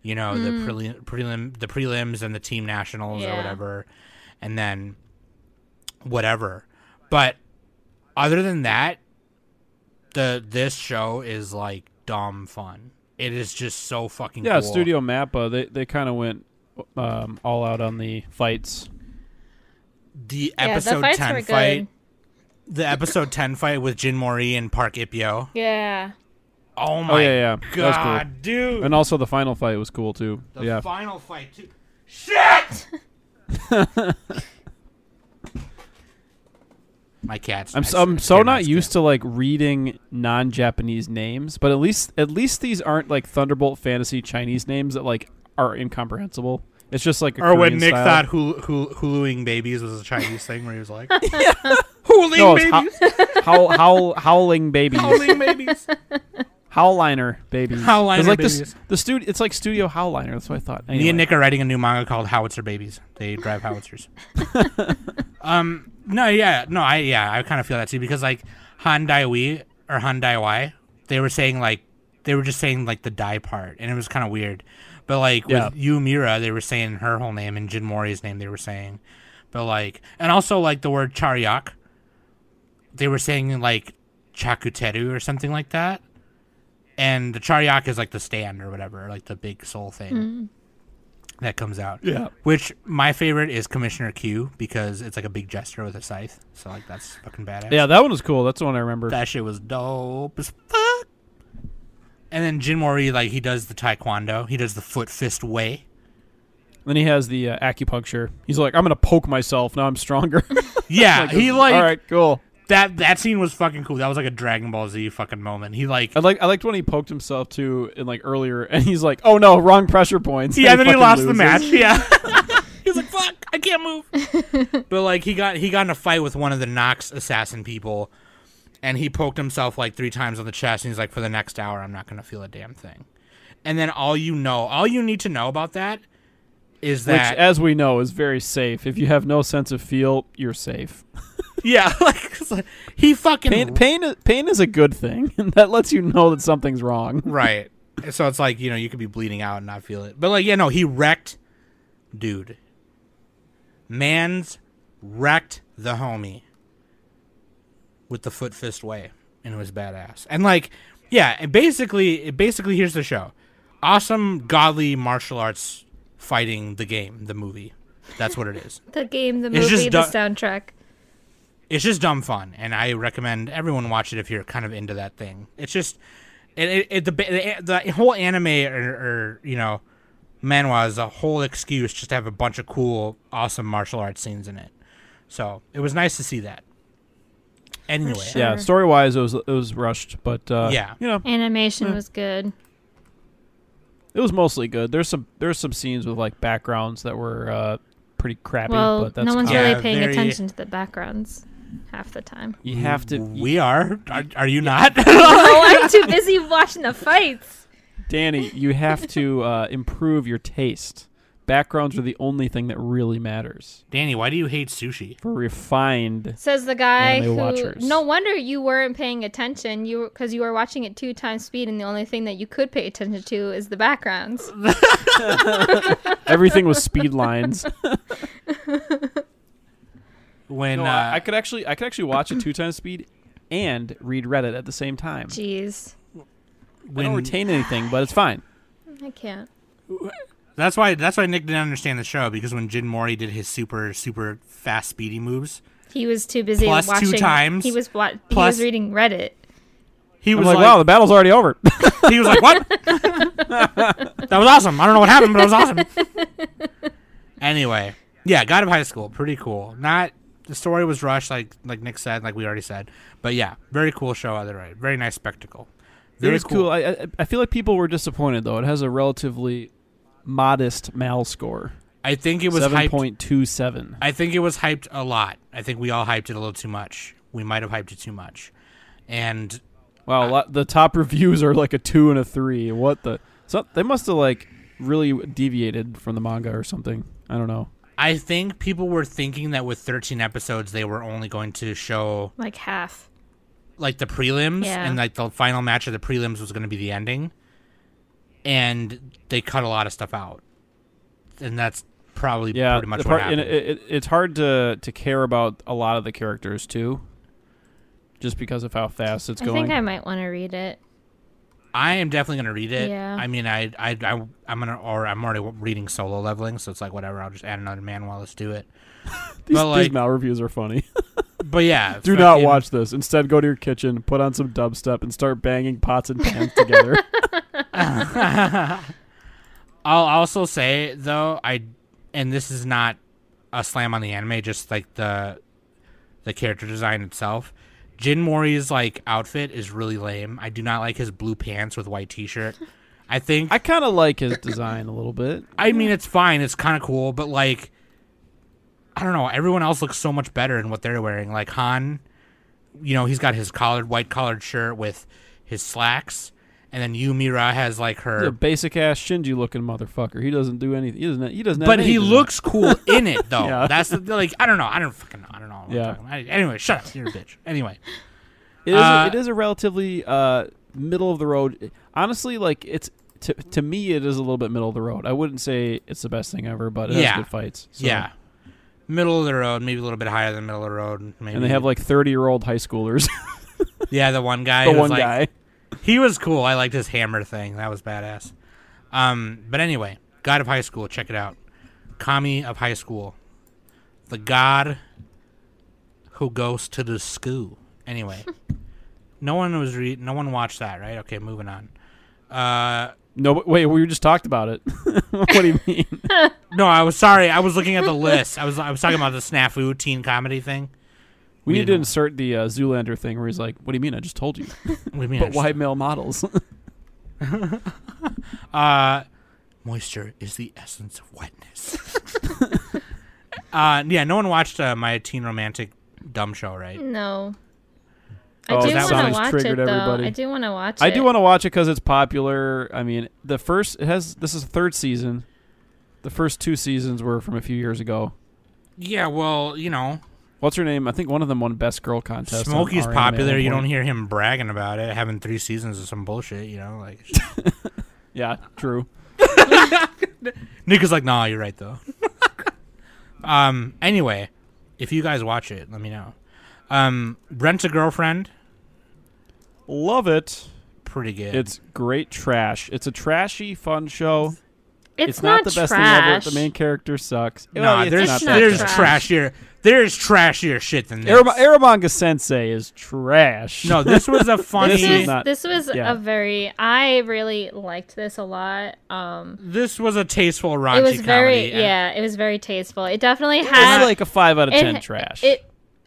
A: You know, the prelim, prelim, the prelims, and the team nationals or
C: Yeah.
A: whatever, and then whatever. But other than that, the this show is like dumb fun. It is just so fucking
D: Yeah,
A: cool.
D: Studio Mappa. They they kind of went um, all out on the fights.
A: the
C: yeah,
A: episode
C: the fights were
A: ten
C: good.
A: fight, the episode ten fight with Jin Mori and Park Ipyo.
C: Yeah.
A: Oh my
D: Oh yeah, yeah. That was
A: god, dude!
D: cool. And also the final fight was cool too.
A: the
D: yeah.
A: final fight too. Shit! my cats.
D: I'm so, I'm so not used to like reading non-Japanese names, but at least at least these aren't like Thunderbolt Fantasy Chinese names that like are incomprehensible. It's just like a
A: Or when
D: Korean
A: Nick
D: style.
A: thought hulu- hulu- huluing babies was a Chinese thing, where he was like, "Huluing
D: No, it's
A: babies,
D: ho- howl, howl, howling babies,
A: huluing babies."
D: howliner babies,
A: Howliner
D: It's like the s-
A: babies.
D: the studio. It's like Studio Howliner. That's what I thought.
A: Me
D: Anyway.
A: and Nick are writing a new manga called Howitzer Babies. They drive howitzers. um, no, yeah, no, I yeah, I kind of feel that too because like Han Dai Wei or Han Dai Wai, they were saying like they were just saying like the die part, and it was kind of weird. But like
D: Yeah.
A: with Yu Mira, they were saying her whole name and Jin Mori's name. They were saying, but like, and also like the word Charyak, they were saying like Chakuteru or something like that. And the Charyak is like the stand or whatever, like the big soul thing that comes out.
D: Yeah.
A: Which my favorite is Commissioner Q because it's like a big gesture with a scythe. So like that's fucking badass.
D: Yeah, that one was cool. That's the one I remember.
A: That shit was dope as fuck. And then Jin Mori, like he does the taekwondo. He does the foot fist way.
D: then he has the uh, acupuncture. He's like, I'm gonna poke myself. Now I'm stronger.
A: Yeah, he like
D: all right, cool.
A: that. That scene was fucking cool. That was like a Dragon Ball Z fucking moment. He like
D: I like I liked when he poked himself too in like earlier, and he's like, "Oh no, wrong pressure points."
A: Yeah, then he
D: fucking
A: lost the
D: loses.
A: match. Yeah. he was like, fuck, I can't move. but like he got he got in a fight with one of the Knox assassin people and he poked himself like three times on the chest and he's like, For the next hour I'm not gonna feel a damn thing. And then all you know all you need to know about that is
D: Which,
A: that
D: as we know, is very safe. If you have no sense of feel, you're safe.
A: Yeah, like, it's like, he fucking
D: Pain, pain, pain is a good thing. that lets you know that something's wrong.
A: Right. So it's like, you know, you could be bleeding out and not feel it. But like, yeah, no, he wrecked dude. Man's wrecked the homie with the foot fist way. And it was badass. And like, yeah, and basically basically here's the show. Awesome godly martial arts fighting the game, the movie. That's what it is.
C: The game, the
A: It's just
C: movie, the
A: du-
C: soundtrack.
A: it's just dumb fun, and I recommend everyone watch it if you're kind of into that thing. It's just it, it, it the, ba- the the whole anime or, or you know manhwa is a whole excuse just to have a bunch of cool, awesome martial arts scenes in it. So it was nice to see that. Anyway,
C: sure.
D: Yeah,
C: Sure.
D: story wise, it was it was rushed, but uh,
A: Yeah.
D: you know,
C: Animation was good.
D: it was mostly good. There's some there's some scenes with like backgrounds that were uh, pretty crappy,
C: well,
D: but that's
C: no one's
D: kinda-
A: Yeah,
C: really paying
A: very-
C: attention to the backgrounds half the time.
D: you have to.
A: we are. Are, are you not?
C: oh, I'm too busy watching the fights.
D: Danny, you have to uh, improve your taste. Backgrounds are the only thing that really matters
A: Danny, why do you hate sushi?
D: for refined.
C: Says the guy
D: Anime
C: who.
D: watchers.
C: No wonder you weren't paying attention. You because you were watching at two times speed, and the only thing that you could pay attention to is the backgrounds.
D: Everything was speed lines.
A: When
D: No,
A: uh,
D: I, I could actually I could actually watch it two times speed and read Reddit at the same time.
C: Jeez,
D: I
A: when
D: don't retain anything, but it's fine.
C: I can't.
A: That's why that's why Nick didn't understand the show because when Jin Mori did his super super fast speedy moves,
C: He was too busy
A: Plus two
C: watching.
A: times.
C: He was wa-
A: Plus-
C: He was reading Reddit.
A: he
D: I'm
A: was
D: like, wow, the battle's already over.
A: he was like, "What? that was awesome. I don't know what happened, but it was awesome." Anyway, yeah, God of High School, pretty cool. Not the story was rushed, like like Nick said, like we already said, but yeah, very cool show. Other right, very nice spectacle. Very
D: it is cool. I, I I feel like people were disappointed though. It has a relatively modest mal score,
A: I think it was
D: seven
A: hyped.
D: point two seven.
A: I think it was hyped a lot. I think we all hyped it a little too much. We might have hyped it too much. And
D: Wow, a lot, the top reviews are like a two and a three. What the? So they must have like really deviated from the manga or something. I don't know.
A: I think people were thinking that with 13 episodes, they were only going to show
C: like half.
A: like the prelims
C: Yeah.
A: and like the final match of the prelims was going to be the ending. And they cut a lot of stuff out. And that's probably
D: Yeah,
A: pretty much
D: the
A: what
D: part- and
A: happened.
D: it, it, it's hard to to care about a lot of the characters too, just because of how fast it's
C: I
D: going.
C: think I might want to read it.
A: I am definitely going to read it.
C: Yeah.
A: I mean, I, I, I, I'm going to, or I'm already reading solo leveling. So it's like, whatever, I'll just add another man while let's do it.
D: these,
A: but,
D: these
A: like-
D: mal reviews are funny.
A: But yeah.
D: Do not
A: fucking-
D: watch this. Instead, go to your kitchen, put on some dubstep, and start banging pots and pans together.
A: I'll also say though, I and this is not a slam on the anime, just like the the character design itself. Jin Mori's like outfit is really lame. I do not like his blue pants with white t-shirt. I think
D: I
A: I,
D: kind of like his design a little bit.
A: mean it's fine, it's kind of cool, but like I don't know, everyone else looks so much better in what they're wearing. Like Han, you know, he's got his collared white collared shirt with his slacks, and then Yumira has like her
D: He's a basic ass Shinji looking motherfucker. He doesn't do anything. He doesn't. He doesn't. have
A: But
D: any
A: he
D: design.
A: looks cool in it, though.
D: Yeah.
A: That's the, like I don't know. I don't fucking know. I don't know. What
D: Yeah.
A: I'm talking about. Anyway, shut up. You're a bitch. Anyway,
D: It
A: Uh,
D: is, a, it is a relatively uh, middle of the road. Honestly, like it's to, to me, it is a little bit middle of the road. I wouldn't say it's the best thing ever, but it
A: Yeah.
D: has good fights. So-
A: yeah, middle of the road, maybe a little bit higher than middle of the road. Maybe.
D: And they have like thirty-year-old high schoolers.
A: yeah, the one guy.
D: the
A: who's,
D: one
A: like-
D: guy.
A: He was cool. I liked his hammer thing. That was badass. Um, but anyway, God of High School. Check it out. Kami of High School, the God who goes to the school. Anyway, no one was re- no one watched that, right? Okay, moving on. Uh.
D: No, but wait. We just talked about it. what do you mean?
A: No, I was sorry. I was looking at the list. I was I was talking about the snafu teen comedy thing.
D: We
A: We
D: need to
A: don't.
D: insert the uh, Zoolander thing where he's like, "What do you mean? I just told you."
A: What do you mean? I
D: but
A: just-
D: why male models?
A: Uh, moisture is the essence of wetness. uh, yeah. No one watched uh, my teen romantic dumb show, right?
C: No.
D: Oh,
C: I do
A: that
C: want to
A: sounds
C: watch it
D: triggered
C: though.
D: everybody.
C: I do want to watch it.
D: I do want to watch it because it's popular. I mean, the first it has this is the third season. The first two seasons were from a few years ago.
A: Yeah. Well, you know,
D: What's her name? I think one of them won best girl contest. on
A: Smokey's
D: RNMA at
A: popular.
D: one
A: You don't
D: point.
A: hear him bragging about it. Having three seasons of some bullshit. You know, like
D: Yeah, true.
A: Nika's like, nah, you're right though. um. Anyway, if you guys watch it, let me know. Um, rent a girlfriend.
D: Love it.
A: Pretty good.
D: It's great trash. It's a trashy fun show.
C: It's,
D: not, the best thing ever.
C: trash.
D: The main character sucks.
A: No,
D: Well, it's
A: there's
D: not
C: not
D: that
A: there's
D: bad.
C: trash.
A: trashier there's trashier shit than this.
D: Arama- Aramanga Sensei is trash.
A: no, this was a funny.
D: This
C: This
D: is
C: was,
A: this,
D: not-
C: this was
D: yeah.
C: a very I really liked this a lot. Um
A: was a tasteful raunchy
C: it was very
A: comedy. and-
C: yeah, it was very tasteful. It definitely had
D: it's like a five out of
C: Uh, it-
D: ten trash.
C: It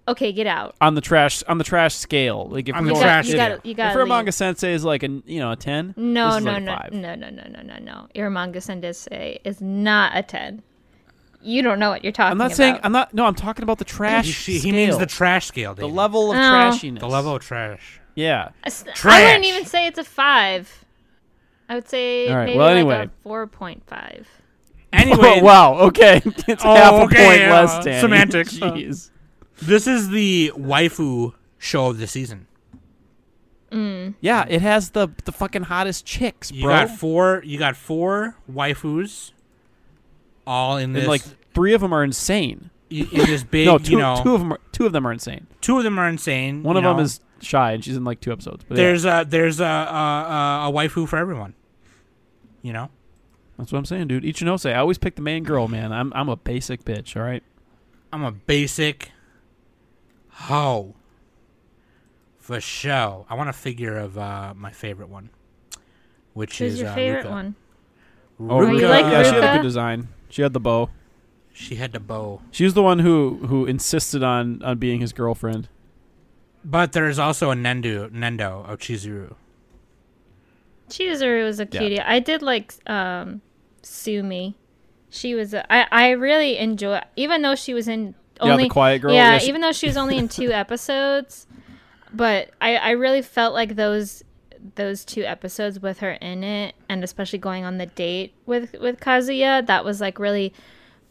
C: okay, get out.
D: on the trash on the trash scale. Like if
A: On
D: we
A: the
D: go-
A: Well,
C: You got
A: trash
C: you
A: it
C: got
A: is.
C: you
D: if
C: got
D: Aramanga Sensei is like a you know a ten,
C: No,
D: this is
C: no,
D: like a
C: no,
D: five.
C: no, no, no, no, no, no. Iramanga Sensei is not a ten. You don't know what you're talking
D: I'm
C: about.
D: not saying I'm not. No, I'm talking about the
A: He,
D: trash.
A: he
D: scale.
A: means the trash scale.
D: the
A: David.
D: level of
C: Oh.
D: trashiness.
A: The level of trash.
D: Yeah.
C: I s- I
A: Trash.
C: wouldn't even say it's a five. I would say
D: All right,
C: maybe
D: well,
C: like
D: anyway.
C: a four point five.
A: Anyway,
D: Oh, wow. Okay. It's
A: Oh,
D: half a
A: okay,
D: point
A: uh,
D: less. Danny.
A: semantics.
D: Jeez.
A: this is the waifu show of the season.
D: Yeah, it has the the fucking hottest chicks,
A: You
D: bro.
A: got four. You got four waifus, all in this.
D: and like three of them are insane.
A: i- in this big.
D: no, two,
A: you know,
D: two of them are, two of them are insane.
A: two of them are insane.
D: One
A: you
D: of
A: know.
D: them is shy, and she's in like two episodes. But yeah,
A: There's a there's a a, a a waifu for everyone. You know.
D: that's what I'm saying, dude. Ichinose, I always pick the main girl, man. I'm I'm a basic bitch. All right.
A: I'm a basic hoe. For show. I want a figure of uh, my favorite one. Which
C: Who's
A: is
C: your
A: uh,
C: favorite
A: Ruka.
C: one?
D: Oh,
A: Ruka.
C: you like
D: yeah, she had a
C: Ruka?
D: good design. She had the bow.
A: She had the bow.
D: She was the one who who insisted on on being his girlfriend.
A: But there's also a Nendu Nendo of Chizuru.
C: Chizuru was a cutie. I did like um, Sumi. She was. A, I I really enjoy, even though she was in
D: the
C: only
D: quiet girl?
C: Yeah,
D: Yeah, she-
C: even though she was only in two episodes, but I I really felt like those those two episodes with her in it, and especially going on the date with with Kazuya, that was like really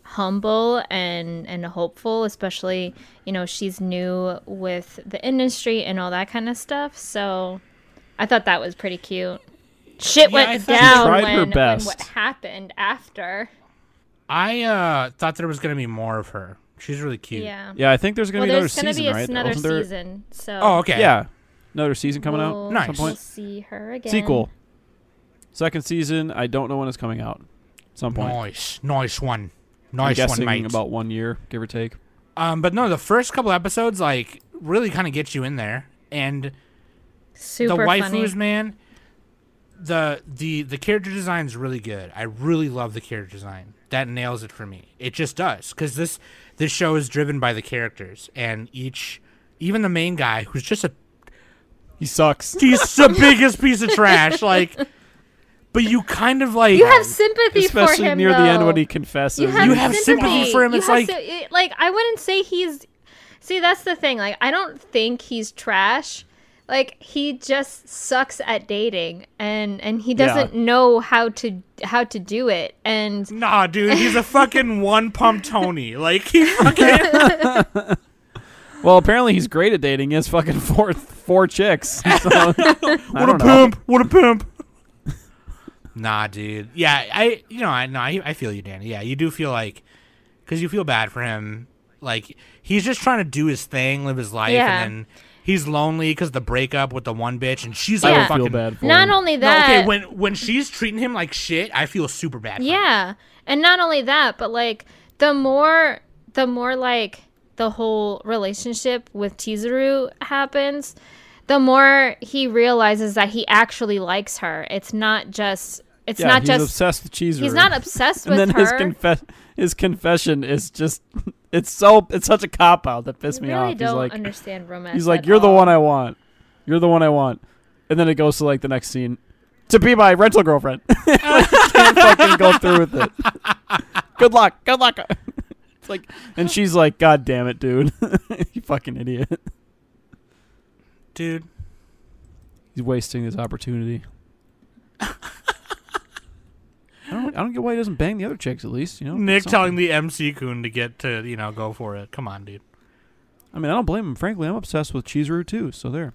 C: humble and and hopeful especially you know she's new with the industry and all that kind of stuff so i thought that was pretty cute shit
A: Yeah, I
C: went
A: thought she
C: down
D: tried
C: when,
D: her
C: when what
D: best.
C: happened after
A: I uh, thought there was gonna be more of her. She's really cute.
C: yeah
D: yeah, I think there's gonna
C: well
D: be another
C: there's gonna
D: season,
C: be
D: right?
C: another
D: Wasn't there-
C: season so
A: Oh, okay.
D: Yeah, another season coming
C: we'll,
D: out.
A: Nice.
D: Some
C: we'll
D: point.
C: see her again
D: Sequel. Second season. I don't know when it's coming out. Some point.
A: Nice, nice one,
D: I'm
A: Oh, nice one,
D: guessing
A: mate.
D: about one year, give or take.
A: um, but no, the first couple episodes like really kind of get you in there, and
C: super
A: the waifus,
C: funny
A: man. The the the character design's really good. I really love the character design. That nails it for me. It just does because this this show is driven by the characters and each, even the main guy who's just a
D: He sucks.
A: he's the biggest piece of trash. Like, but you kind of like
C: you have sympathy
D: Especially
C: for him
D: near the end when
C: though.
D: he confesses.
C: you have,
A: You have sympathy for him.
C: You
A: It's
C: have
A: like-
C: sy- it- like I wouldn't say he's. See, that's the thing. Like I don't think he's trash. Like he just sucks at dating, and and he
D: Yeah.
C: doesn't know how to how to do it. And
A: Nah, dude, he's a fucking one pump Tony. Like he fucking
D: Well, apparently he's great at dating. He has fucking four four chicks. So,
A: what a pimp, what a pimp. Nah, dude. Yeah, I you know I no I, I feel you, Danny. Yeah, you do feel like because you feel bad for him. Like he's just trying to do his thing, live his life,
C: Yeah.
A: and then he's lonely because the breakup with the one bitch, and she's
D: I
A: like
D: don't
C: Yeah.
A: fucking.
D: feel bad for
C: not
D: him.
C: only
A: No,
C: that,
A: okay, when when she's treating him like shit, I feel super bad. for him.
C: Yeah. And not only that, but like the more the more like the whole relationship with Chizuru happens, the more he realizes that he actually likes her. It's not just it's
D: yeah,
C: not
D: he's
C: just
D: obsessed with cheese.
C: he's not obsessed
D: And
C: with
D: then
C: her.
D: his confess his confession is just it's so it's such a cop out that pissed
C: I
D: me
C: really
D: off.
C: don't
D: he's like
C: understand romance.
D: he's like
C: at
D: you're the
C: all."
D: one I want, you're the one I want, and then it goes to like the next scene to be my rental girlfriend. like, can't fucking go through with it. Good luck, good luck. it's like and she's like, God damn it, dude, you fucking idiot.
A: dude.
D: He's wasting his opportunity. I don't, I don't get why he doesn't bang the other chicks at least, you know.
A: Nick
D: Something.
A: telling the MC Coon to get to you know go for it. Come on, dude.
D: I mean, I don't blame him. Frankly, I'm obsessed with Chizuru too. So there.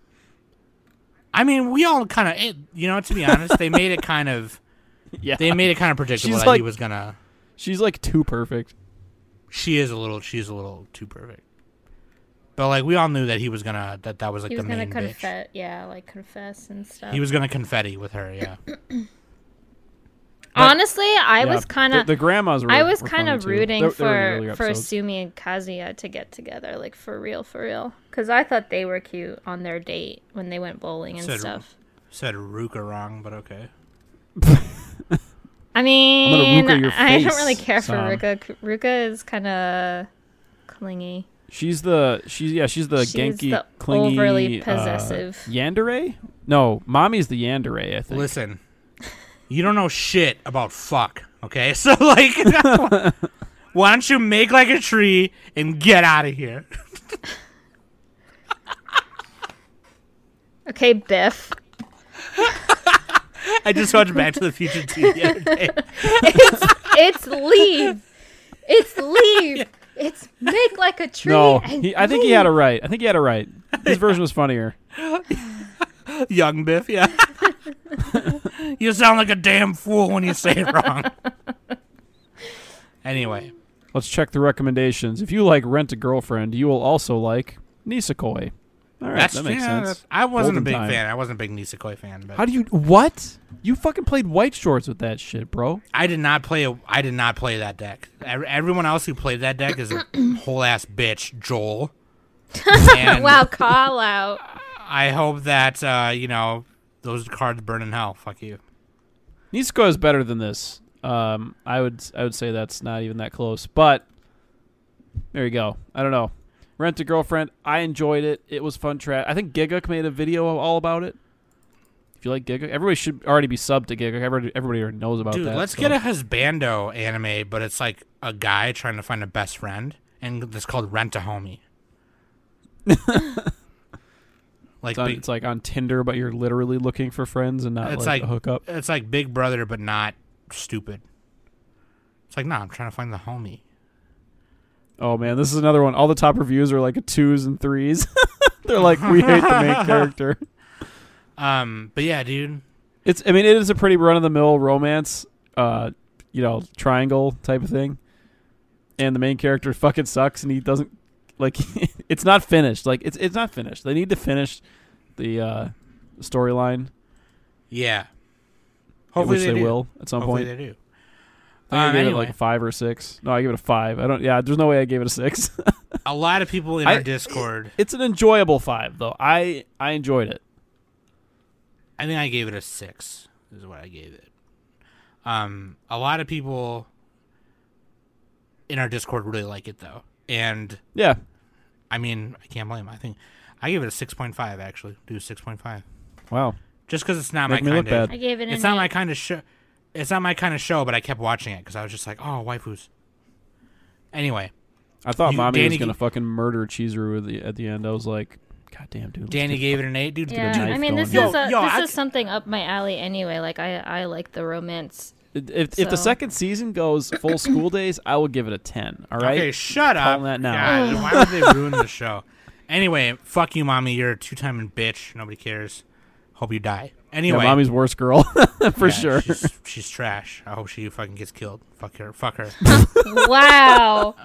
A: I mean, we all kind of, you know, to be honest, they made it kind of,
D: Yeah.
A: they made it kind of predictable
D: She's
A: that he
D: like-
A: was gonna.
D: She's like too perfect.
A: She is a little, she's a little too perfect. But like, we all knew that he was gonna, that that was like
C: He
A: the
C: was gonna
A: main bitch.
C: confess, yeah, like confess and stuff.
A: He was gonna confetti with her, yeah.
C: Honestly, I was kind
D: the,
C: of
D: the grandmas. Were,
C: I was
D: were
C: kind
D: funny,
C: of
D: too.
C: rooting
D: They- they were in the
C: for
D: earlier
C: for
D: episodes.
C: Sumi and Kazuya to get together, like for real, for real. Because I thought they were cute on their date when they went bowling and
A: Said-
C: stuff.
A: Said Ruka wrong, but okay.
C: I mean,
D: Ruka your
C: I don't
D: face,
C: really care for
D: Sam.
C: Ruka. K- Ruka is kind of clingy.
D: She's the she's yeah she's the
C: She's
D: Genki
C: the
D: clingy
C: overly
D: uh,
C: possessive.
D: yandere. No, mommy's the yandere. I think.
A: Listen, you don't know shit about fuck, okay? So like, why don't you make like a tree and get out of here?
C: Okay, Biff.
A: I just watched Back to the Future 2 the other day.
C: It's leave. It's leave. It's make like a tree.
D: No,
C: and
D: he, I think he had it right. I think he had it right. His version was funnier.
A: Young Biff, yeah. you sound like a damn fool when you say it wrong. anyway,
D: Let's check the recommendations. If you like Rent a Girlfriend, you will also like Nisekoi. All right,
A: that's
D: that makes
A: yeah,
D: sense.
A: that's- I wasn't
D: Golden
A: a big
D: time.
A: fan. I wasn't a big Nisekoi fan, but
D: How do you what? You fucking played White Shorts with that shit, bro.
A: I did not play. a- I did not play that deck. Ev- Everyone else who played that deck is a whole ass bitch, Joel. And
C: wow, call out.
A: I hope that uh, you know those cards burn in hell. Fuck you.
D: Nisco is better than this. Um, I would I would say that's not even that close, but there you go. I don't know. Rent a girlfriend. I enjoyed it. It was fun. Trash. I think Giguk made a video all about it. If you like Giga, everybody should already be subbed to Giga. Everybody, everybody already knows about
A: Dude,
D: that.
A: let's
D: so-
A: get a husbando anime, but it's like a guy trying to find a best friend, and it's called Rent a Homie. like
D: It's, on,
A: big,
D: it's like on Tinder, but you're literally looking for friends and not
A: It's like-
D: like, a hookup.
A: it's like Big Brother, but not stupid. It's like, nah, I'm trying to find the homie.
D: Oh man, this is another one. All the top reviews are like twos and threes. They're like, we hate the main character.
A: Um, but yeah, dude,
D: It's. I mean, it is a pretty run of the mill romance, uh, you know, triangle type of thing. And the main character fucking sucks, and he doesn't like. it's not finished. Like it's it's not finished. They need to finish the uh, storyline,
A: yeah.
D: which
A: do.
D: will at some
A: Hopefully
D: point.
A: they do.
D: I
A: Um,
D: gave it
A: anyway,
D: like a five or six. No, I give it a five. I don't. Yeah, there's no way I gave it a six.
A: a lot of people in
D: I-
A: our Discord.
D: it's an enjoyable five though. I I enjoyed it.
A: I think I gave it a six. Is what I gave it. Um, a lot of people in our Discord really like it though, and
D: Yeah,
A: I mean, I can't blame. 'em. I think I gave it a six point five actually. Do six point five,
D: Wow.
A: just because it's not
D: Make
A: my
D: me
A: kind
D: look
A: of.
D: bad.
C: I gave it an
A: It's not
C: eight.
A: my kind of show. It's not my kind of show, but I kept watching it because I was just like, oh, waifus. Anyway,
D: I thought
A: You-
D: mommy
A: Danny
D: was gonna
A: g-
D: fucking murder Chizuru at the, at the end. I was like, God damn, dude. let's
A: Danny
D: get
A: gave it an eight, dude.
C: Yeah,
A: dude
D: knife
C: I mean this
D: going.
C: is
A: Yo,
C: a,
A: yo,
C: this
A: I
C: is
A: c-
C: something up my alley anyway. Like I I like the romance.
D: If, if the
C: So-
D: second season goes full school days, I will give it a ten. All right.
A: Okay, shut up.
D: Calling that now.
A: God, why would they ruin the show? Anyway, fuck you, mommy. You're a two-time bitch. Nobody cares. Hope you die.
D: yeah,
A: Anyway,
D: mommy's worst girl for
A: Yeah,
D: sure.
A: She's, she's trash. I hope she fucking gets killed. Fuck her. Fuck her.
C: Wow.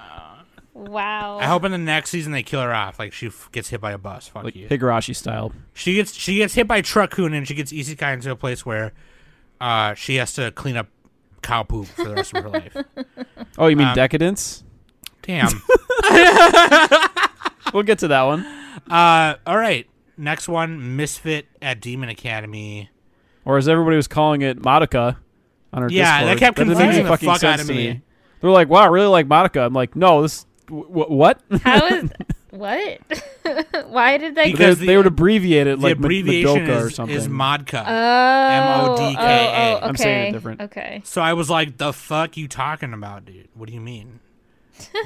C: wow.
A: I hope in the next season they kill her off. Like she f- gets hit by a bus. Fuck
D: Like
A: you.
D: Higurashi style.
A: She gets she gets hit by a truck coon and she gets isekai into a place where, uh, she has to clean up cow poop for the rest of her life.
D: Oh, you mean
A: Um,
D: decadence?
A: Damn.
D: We'll get to that one.
A: Uh, all right. Next one, Misfit at Demon Academy.
D: Or as everybody was calling it, Madoka on her
A: Yeah, that
D: Discord.
A: kept
D: didn't make
A: confusing
D: any
A: the
D: fucking
A: fuck out
D: sense
A: of
D: to
A: me.
D: They're like, wow, I really like Madoka. I'm like, no, this. W- what?
C: How is what? Why did they?
A: Because the-
D: they, they would abbreviate it
A: The
D: like M-
A: abbreviation
D: Madoka or
A: is,
D: something.
A: is Modka.
C: Oh, oh,
A: M.O.D.K.A..
C: oh, okay.
D: I'm saying it different.
C: Okay.
A: so I was like, "The fuck you talking about, dude? What do you mean?"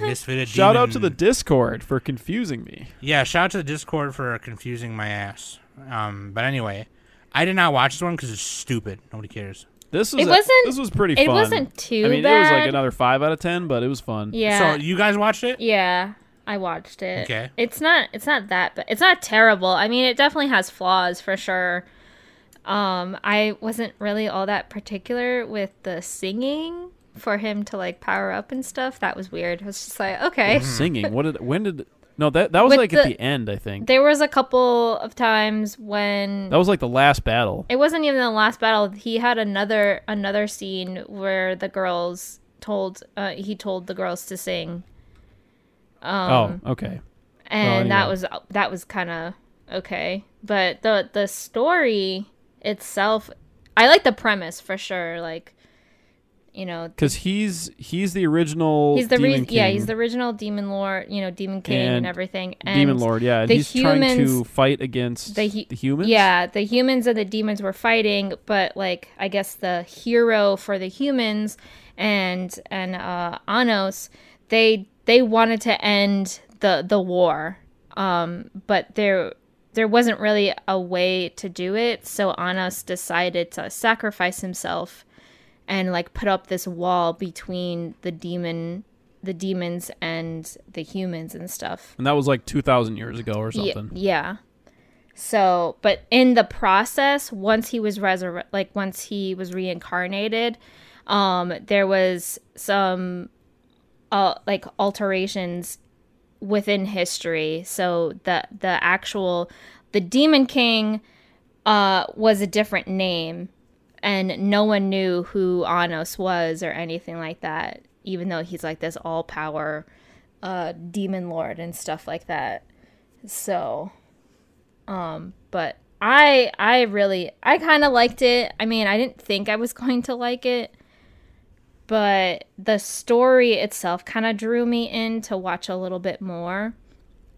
A: Misfit at
D: Shout
A: Demon.
D: out to the Discord for confusing me.
A: yeah. Shout out to the Discord for confusing my ass. Um, but anyway, I did not watch this one because it's stupid. Nobody cares.
D: This was
C: It
D: a-
C: wasn't-
D: this was pretty.
C: it
D: fun.
C: wasn't too
D: I mean, it was like
C: bad.
D: another five out of ten, but it was fun.
C: Yeah.
A: So you guys watched it?
C: yeah. I watched it.
A: Okay.
C: It's not. It's not that. But it's not terrible. I mean, it definitely has flaws for sure. Um, I wasn't really all that particular with the singing for him to like power up and stuff. That was weird. I was just like, okay.
D: Singing. What did? When did? No, that that was
C: Mm. With
D: like at
C: the-
D: the end. I think
C: There was a couple of times when
D: that was like the last battle.
C: it wasn't even the last battle he had another another scene where the girls told uh, he told the girls to sing um
D: oh, okay.
C: and that
D: anyway.
C: was that was kind of okay but the the story itself i like the premise for sure like you know
D: Because he's he's the original.
C: he's the
D: demon
C: reason yeah
D: King,
C: he's the original demon lord you know demon king and,
D: And
C: everything and
D: demon lord. Yeah, and
C: the
D: he's trying to
C: humans-
D: fight against
C: the
D: the,
C: hu-
D: humans.
C: Yeah, the humans and the demons were fighting, but like I guess the hero for the humans and and uh Anos, they they wanted to end the the war. Um but there there wasn't really a way to do it, so Anos decided to sacrifice himself and like put up this wall between the demon the demons and the humans and stuff.
D: and that was like two thousand years ago or
C: Ye-
D: something.
C: yeah. So, but in the process, once he was resurre- like once he was reincarnated, um, there was some uh, like alterations within history. So the the actual the Demon King uh, was a different name, and no one knew who Anos was or anything like that. Even though he's like this all power uh, demon lord and stuff like that. So, um, but I I really I kind of liked it. I mean, I didn't think I was going to like it, but the story itself kind of drew me in to watch a little bit more.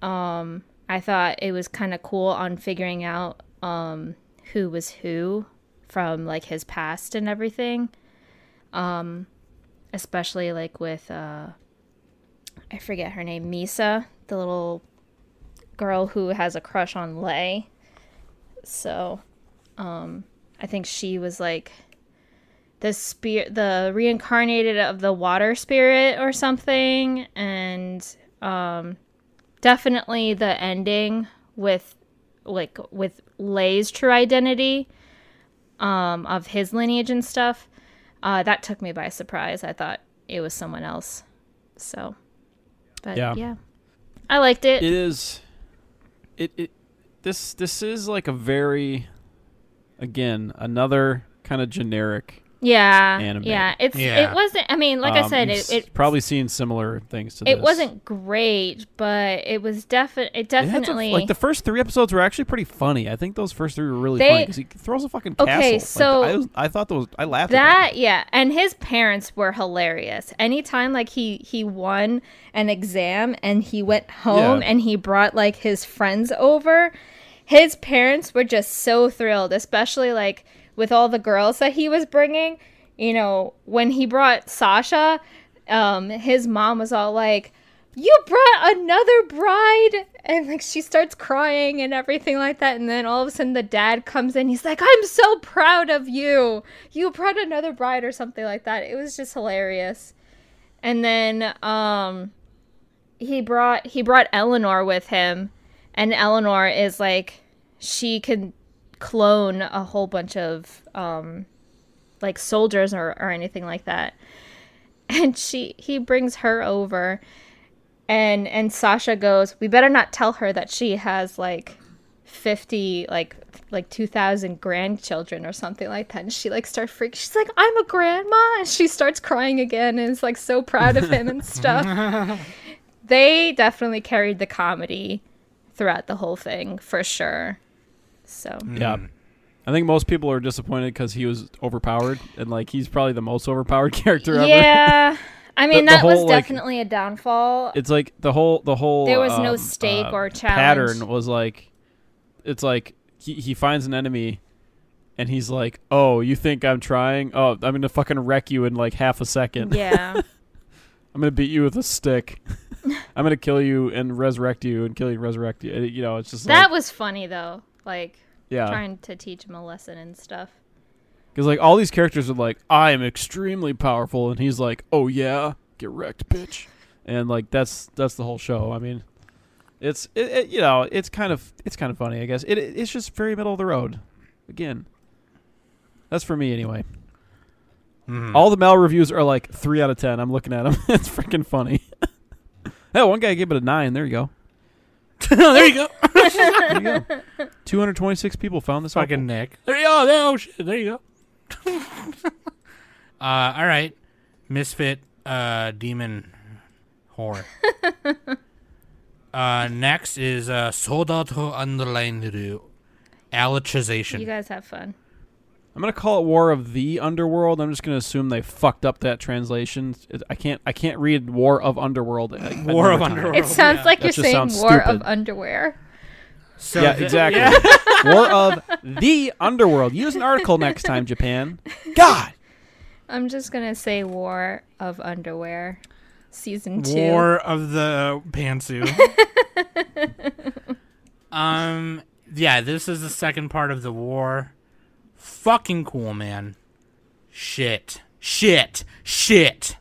C: Um, I thought it was kind of cool on figuring out um who was who from like his past and everything. Um, especially like with uh, I forget her name, Misa, the little girl who has a crush on Lei. So, um, I think she was like the spirit, the reincarnated of the water spirit or something, and um, definitely the ending with like with Lay's true identity um of his lineage and stuff uh that took me by surprise i thought it was someone else so but
D: Yeah.
C: yeah, i liked it,
D: it is it, it this this is like a very again another kind of generic
C: yeah
D: anime.
C: yeah it's
A: Yeah.
C: it wasn't i mean like i
D: um,
C: said
D: you've
C: it,
D: s-
C: it
D: probably seen similar things to
C: it
D: this.
C: wasn't great but it was definitely it
D: It had some-
C: definitely
D: like the first three episodes were actually pretty funny. I think those first three were really
C: They-
D: funny because he throws a fucking
C: Okay,
D: castle. Like,
C: so
D: I, was, I thought those I laughed. at
C: That yeah, and his parents were hilarious. Anytime like he he won an exam and he went home
D: Yeah.
C: and he brought like his friends over, his parents were just so thrilled, especially like with all the girls that he was bringing. You know, when he brought Sasha, um, his mom was all like, "You brought another bride," and like she starts crying and everything like that. And then all of a sudden, the dad comes in. He's like, "I'm so proud of you. You brought another bride," or something like that. It was just hilarious. And then um, he brought he brought Eleanor with him, and Eleanor is like, she can clone a whole bunch of um, like soldiers or, or anything like that and she he brings her over and and Sasha goes we better not tell her that she has like 50 like like 2000 grandchildren or something like that and she like starts freaking she's like I'm a grandma and she starts crying again and is like so proud of him and stuff they definitely carried the comedy throughout the whole thing for sure so
D: it. Yeah. I think most people are disappointed because he was overpowered, and like he's probably the most overpowered character ever.
C: yeah I mean
D: the
C: that was
D: whole, like,
C: definitely a downfall
D: it's like the whole the whole
C: There was no
D: um,
C: stake
D: uh,
C: or
D: pattern
C: challenge.
D: was like it's like he, he finds an enemy and he's like oh you think i'm trying oh i'm gonna fucking wreck you in like half a second
C: yeah
D: i'm gonna beat you with a stick i'm gonna kill you and resurrect you and kill you and resurrect you Uh, you know it's just
C: That
D: like
C: was funny though, like
D: yeah
C: trying to teach him a lesson and stuff.
D: because like all these characters are like i am extremely powerful and he's like oh yeah get wrecked bitch and like that's that's the whole show i mean it's it, it, you know it's kind of it's kind of funny i guess it, it- it's just very middle of the road again that's for me anyway
A: Mhm.
D: all the mal reviews are like three out of ten i'm looking at them it's freaking funny hey one guy gave it a nine there you go
A: there you go.
D: there you go 226 people found this
A: Fucking
D: helpful.
A: Nick. There you go. There, oh shit. There you go. uh, all right, misfit, uh, demon, whore. uh, next is uh, Soldato Underline
C: You
A: Alicization.
C: guys have fun.
D: I'm gonna call it War of the Underworld. I'm just gonna assume they fucked up that translation. It- I can't. I can't read War of Underworld. a- a
A: War of
D: number of times.
A: Underworld.
C: It sounds
A: yeah.
C: like
D: Oh, That
C: you're
D: just
C: saying
D: sounds
C: war of
D: stupid.
C: underwear.
A: So
D: yeah,
A: th-
D: exactly. War of the Underworld. Use an article next time, Japan. God.
C: I'm just gonna say war of underwear, season two.
A: War of the Pantsu. um, yeah, this is the second part of the war. Fucking cool, man. Shit, shit, shit.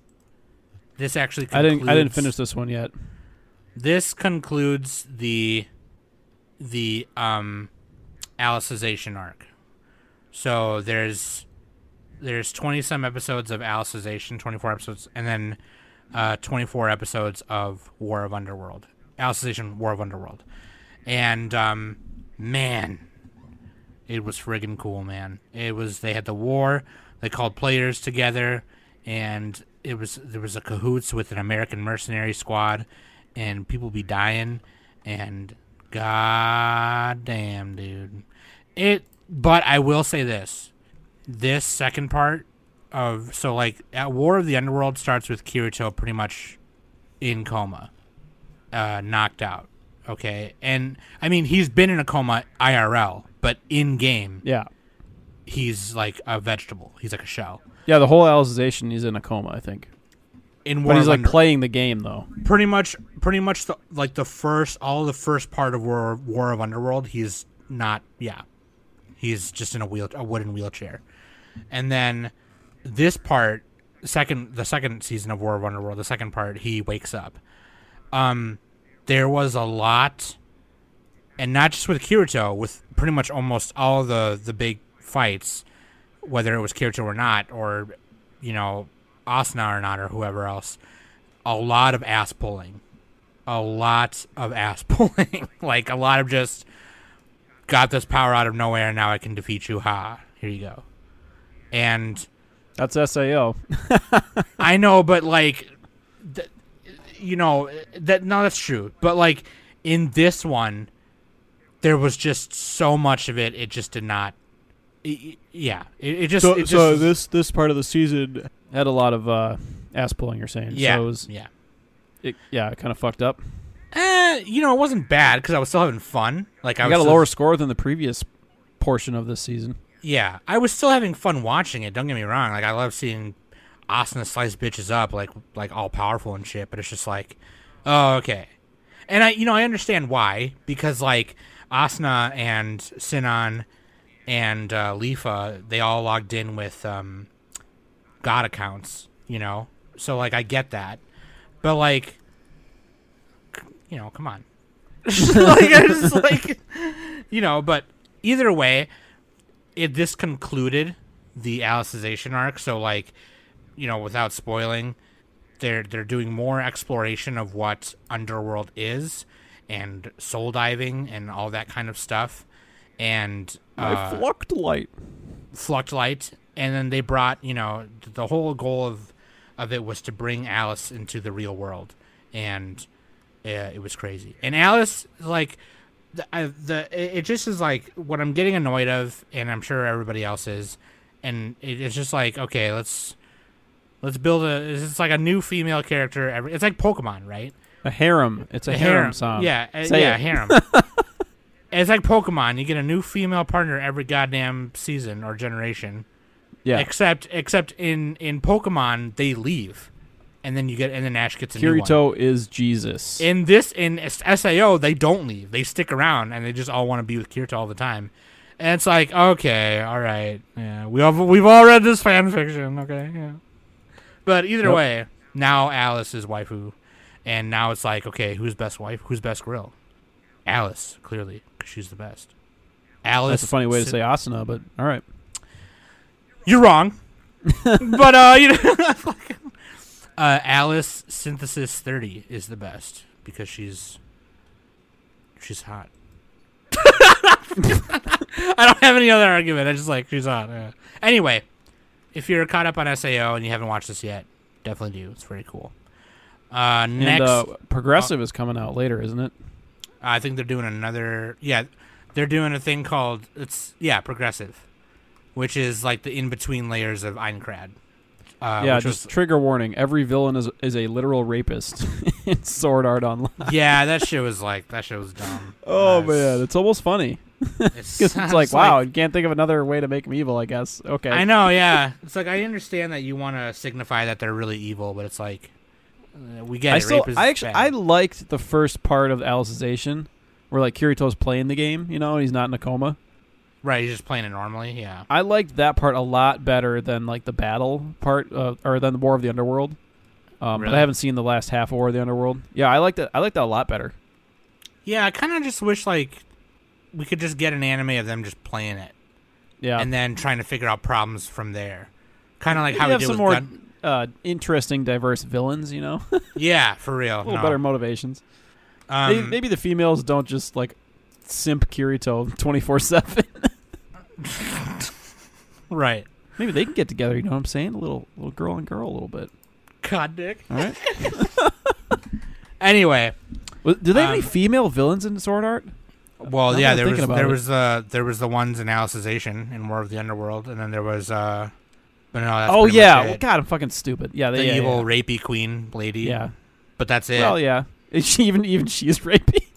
A: This actually.
D: I
A: Concludes,
D: didn't. I didn't finish this one yet.
A: This concludes the the um Alicization arc. So there's there's 20 some episodes of Alicization, 24 episodes, and then uh, 24 episodes of War of Underworld. Alicization, War of Underworld. And um, man, it was friggin' cool, man. It was they had the war, they called players together, and it was there was a cahoots with an American mercenary squad, and people be dying, and god damn, dude, it. But I will say this: this second part of so like at War of the Underworld starts with Kirito pretty much in coma, uh, knocked out, Okay, and I mean he's been in a coma IRL, but in game
D: Yeah.
A: he's like a vegetable. He's like a shell.
D: Yeah, the whole Alicization, he's in a coma, I think.
A: In
D: But
A: War
D: he's like
A: Wonder-
D: playing the game, though.
A: pretty much pretty much the, like the first all the first part of War War of Underworld, he's not yeah. He's just in a wheel a wooden wheelchair. And then this part second the second season of War of Underworld, the second part, he wakes up. Um there was a lot and not just with Kirito, with pretty much almost all the the big fights, whether it was Kirito or not, or you know, Asuna or not, or whoever else, a lot of ass pulling, a lot of ass pulling, like a lot of just got this power out of nowhere. Now I can defeat you. Ha! Here you go. And
D: That's SAO.
A: I know, but like, th- you know, that no, that's true. But like in this one, there was just so much of it. It just did not. i- i- Yeah, it, it just. it just
E: this this part of the season,
D: Had a lot of uh, ass pulling, you're saying.
A: yeah,
D: So it was,
A: yeah.
D: it, yeah, it kind of fucked up.
A: Eh, you know, it wasn't bad because I was still having fun. Like I
D: I
A: was
D: got a
A: still-
D: lower score than the previous portion of this season.
A: Yeah, I was still having fun watching it. Don't get me wrong. Like I love seeing Asuna slice bitches up, like like all powerful and shit. But it's just like, oh okay. And I, you know, I understand why because like Asuna and Sinon and uh, Lifa, they all logged in with um, God accounts, you know. So like I get that, but like, c- you know, come on. like I just like, you know. But either way, it this concluded the Alicization arc, so like, you know, without spoiling, they're they're doing more exploration of what Underworld is, and soul diving and all that kind of stuff, and uh,
D: flucked light.
A: Flucked Light, and then they brought you know th- the whole goal of of it was to bring Alice into the real world, and uh, it was crazy. And Alice like the, I, the it it just is like what I'm getting annoyed of, and I'm sure everybody else is, and it, it's just like okay, let's let's build a it's just like a new female character. Every it's like Pokemon, right?
D: A harem. It's a, harem, song.
A: Yeah, uh,
D: Say
A: yeah,
D: it.
A: harem. it's like Pokemon. You get a new female partner every goddamn season or generation.
D: Yeah.
A: Except except in in Pokemon they leave, and then you get and then Ash gets a new one.
D: Kirito is Jesus.
A: In this in S- Sao they don't leave. They stick around and they just all want to be with Kirito all the time. And it's like okay, all right, yeah, we all we've all read this fan fiction, okay, yeah. But either
D: Yep.
A: way, now Alice is waifu, and now it's like okay, who's best wife? Who's best grill? Alice clearly because she's the best. Alice.
D: That's a funny way to
A: Sit-
D: say asana, but all right.
A: you're wrong. but uh, you know, uh, Alice Synthesis Thirty is the best because she's she's hot. I don't have any other argument. I just like she's hot. yeah. Anyway, if you're caught up on Sao and you haven't watched this yet, definitely do. It's very cool. Uh, next,
D: And uh, Progressive is coming out later, isn't it?
A: I think they're doing another. Yeah, they're doing a thing called it's yeah progressive, which is like the in between layers of Einkrad. Uh,
D: yeah,
A: which was-
D: just trigger warning. Every villain is is a literal rapist in Sword Art Online.
A: yeah, that shit was like that shit was dumb.
D: Oh
A: Uh,
D: man, it's almost funny.
A: it's,
D: 'Cause it's like, wow, you can't think of another way to make him evil. I guess. Okay.
A: I know, yeah. It's like I understand that you want to signify that they're really evil, but it's like uh, we get
D: I
A: it.
D: still,
A: rape is
D: I actually, I
A: bad.
D: liked the first part of the Alicization, where like Kirito's playing the game. You know, and he's not in a coma.
A: right. He's just playing it normally. Yeah,
D: I liked that part a lot better than like the battle part, uh, or than the War of the Underworld. Um, But
A: Really?
D: I haven't seen the last half of War of the Underworld. Yeah, I liked it. I liked that a lot better.
A: yeah. I kind of just wish like we could just get an anime of them just playing it
D: Yeah,
A: and then trying to figure out problems from there. Kind of like how
D: you
A: we
D: have
A: did
D: some
A: with
D: more
A: Gun-
D: uh, interesting, diverse villains. You know, a
A: Yeah, for real.
D: little
A: no.
D: better motivations.
A: Um,
D: maybe, maybe the females don't just like simp Kirito twenty four seven.
A: Right.
D: Maybe they can get together. You know what I'm saying? A little, little girl and girl, a little bit.
A: God, Dick.
D: All right.
A: Anyway,
D: Well, Do they have any
A: Um,
D: female villains in Sword Art?
A: well,
D: Now that
A: yeah,
D: I'm
A: there was
D: thinking about
A: there
D: it.
A: was uh, there was the ones in Alicization in War of the Underworld, and then there was uh, but no, that's
D: oh
A: pretty
D: yeah.
A: much
D: Well,
A: it.
D: God, I'm fucking stupid. Yeah, they,
A: the
D: yeah,
A: evil rapey queen lady.
D: Yeah.
A: but that's
D: yeah.
A: it.
D: Well, yeah. She even even she is rapey.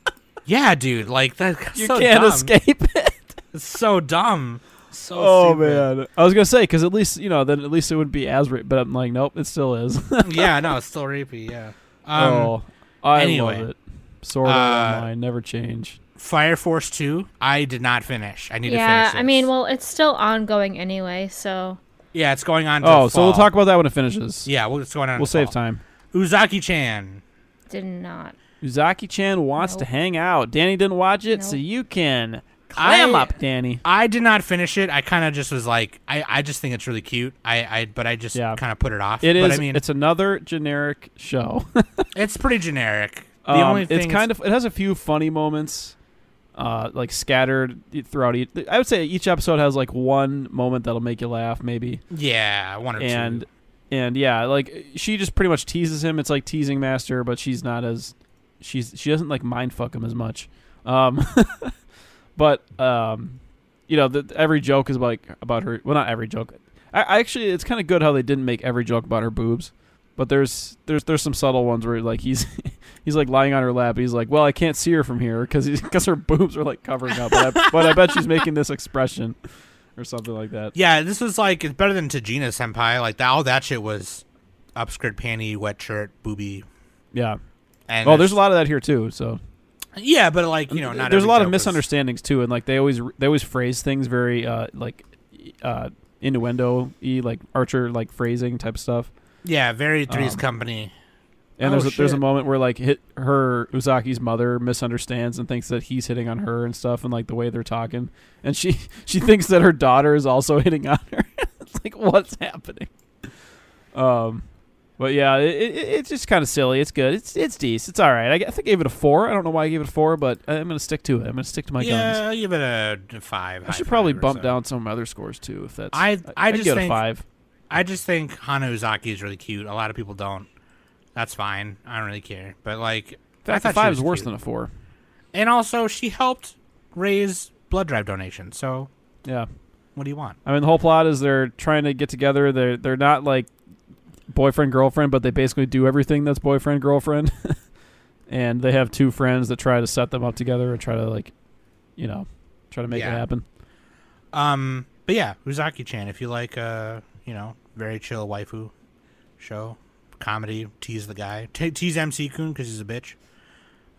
A: Yeah, dude. Like that.
D: You
A: so
D: can't
A: dumb.
D: escape it.
A: It's so dumb. So
D: Oh
A: stupid.
D: man, I was gonna say because at least you know then at least it would be as rape, but I'm like nope, it still is.
A: Um, yeah, no, it's still rapey. Yeah. Um,
D: oh, I
A: anyway.
D: love it. Sword Art
A: Uh,
D: Online never change.
A: Fire Force Two. I did not finish. I need
C: yeah,
A: to finish.
C: I mean,
A: this.
C: well, it's still ongoing anyway, so
A: yeah, it's going on. To
D: Oh, so we'll
A: fall.
D: talk about that when it finishes.
A: Yeah, well, it's going on.
D: we'll
A: to
D: save
A: fall.
D: time.
A: Uzaki-chan.
C: did not.
D: Uzaki-chan wants to
C: Nope.
D: hang out. Danny didn't watch it, so
C: Nope.
D: you can clam
A: I-
D: up, Danny.
A: I did not finish it. I kind of just was like, I, I just think it's really cute. I, I but I just
D: Yeah.
A: kind of put it off.
D: It is.
A: But I mean, it's,
D: it's another generic show.
A: pretty generic. The
D: Um,
A: only thing
D: it's kind of it has a few funny moments, uh, like scattered throughout each. I would say each episode has like one moment that'll make you laugh, maybe.
A: of yeah, one or
D: and
A: two.
D: and yeah, like she just pretty much teases him. It's like teasing master, but she's not as she's she doesn't like mind fuck him as much. Um, but um, you know, the, every joke is like about her. Well, not every joke. I, I actually, it's kind of good how they didn't make every joke about her boobs. But there's there's there's some subtle ones where like he's he's like lying on her lap. He's like, well, I can't see her from here because because her boobs are like covering up. But I, but I bet she's making this expression or something like that.
A: Yeah, this was like it's better than Tajina Senpai. Like that, all that shit was upskirt, panty, wet shirt, booby.
D: Yeah.
A: And
D: Well, there's a lot of that here too. So
A: Yeah, but like you know, not
D: there's a
A: every
D: lot of
A: joke was-
D: misunderstandings too, and like they always they always phrase things very uh, like uh, innuendo y, like Archer like phrasing type stuff.
A: Yeah, very Three's
D: Um,
A: Company.
D: And
A: Oh,
D: there's a, there's a
A: shit.
D: moment where like hit her Uzaki's mother misunderstands and thinks that he's hitting on her and stuff, and like the way they're talking, and she she thinks that her daughter is also hitting on her. it's like what's happening? Um, but yeah, it, it, it's just kind of silly. It's good. It's it's decent. It's all right. I, g- I think I gave it a four. I don't know why I gave it a four, but I- I'm gonna stick to it. I'm gonna stick to my guns.
A: yeah, I'll give it a five.
D: I
A: high
D: should probably
A: five or
D: bump
A: so.
D: down some of my other scores too. If that's
A: I- I
D: I'd
A: just
D: give it a
A: think-
D: five.
A: I just think Hana Uzaki is really cute. A lot of people don't. That's fine. I don't really care. But like,
D: In fact,
A: I
D: a
A: thought she
D: five
A: was
D: is worse
A: cute.
D: than a four.
A: and also she helped raise blood drive donations. So
D: Yeah,
A: what do you want?
D: I mean the whole plot is they're trying to get together. They're they're not like boyfriend girlfriend, but they basically do everything that's boyfriend girlfriend. and they have two friends that try to set them up together and try to like, you know, try to make
A: Yeah.
D: it happen.
A: Um, but yeah, Uzaki-chan. If you like, uh, you know, very chill waifu show, comedy, tease the guy, Te tease MC Kun because he's a bitch.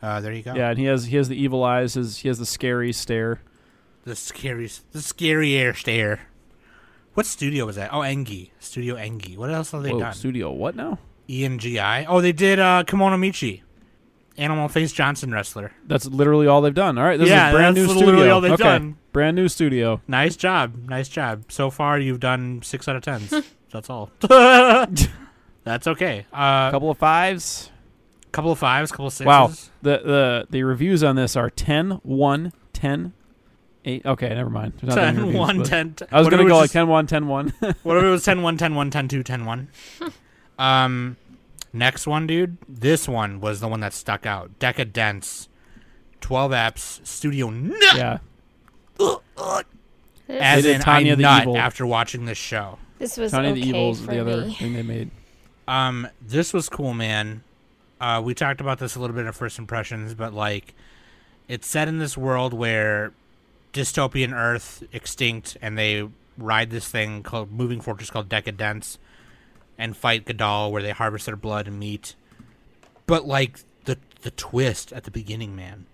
A: Uh, there you go.
D: Yeah, and he has he has the evil eyes. His he has the scary stare.
A: The scary, the scary air stare. What studio was that? Oh, Engi Studio Engi. What else have they
D: Whoa,
A: done?
D: studio what now?
A: EMGI. Oh, they did uh, Kimono Michi, Animal Face Johnson wrestler.
D: That's literally all they've done. All right, this
A: Yeah,
D: is a brand
A: that's
D: new
A: literally
D: studio.
A: all they've
D: okay.
A: done.
D: Brand new studio.
A: Nice job, nice job. So far, you've done six out of tens. That's all. That's okay.
D: A
A: Uh,
D: couple of fives.
A: couple of fives, couple of sixes.
D: Wow. The the the reviews on this are 10, 1, 10, 8. Okay, never mind. There's not that many
A: Ten,
D: reviews,
A: one,
D: but-
A: ten. ten-
D: I was
A: what
D: going
A: if
D: to
A: it
D: go like
A: just-
D: 10, 1, 10, 1.
A: What if it was 10, 1, 10, 1, 10, 2, 10, 1? um, next one, dude. This one was the one that stuck out. Decadence. 12 apps. Studio Nut.
D: yeah.
C: This,
A: As
D: They did
A: in
D: Tanya
A: I
D: the
A: nut
D: Evil.
A: after watching this show.
C: this was
D: Tony
C: okay
D: the Evil's
C: for
D: the other
C: me.
D: thing they made.
A: Um, this was cool, man. Uh, we talked about this a little bit in first impressions, but like, it's set in this world where dystopian Earth extinct, and they ride this thing called moving fortress called Decadence, and fight Gadal, where they harvest their blood and meat. But like the the twist at the beginning, man.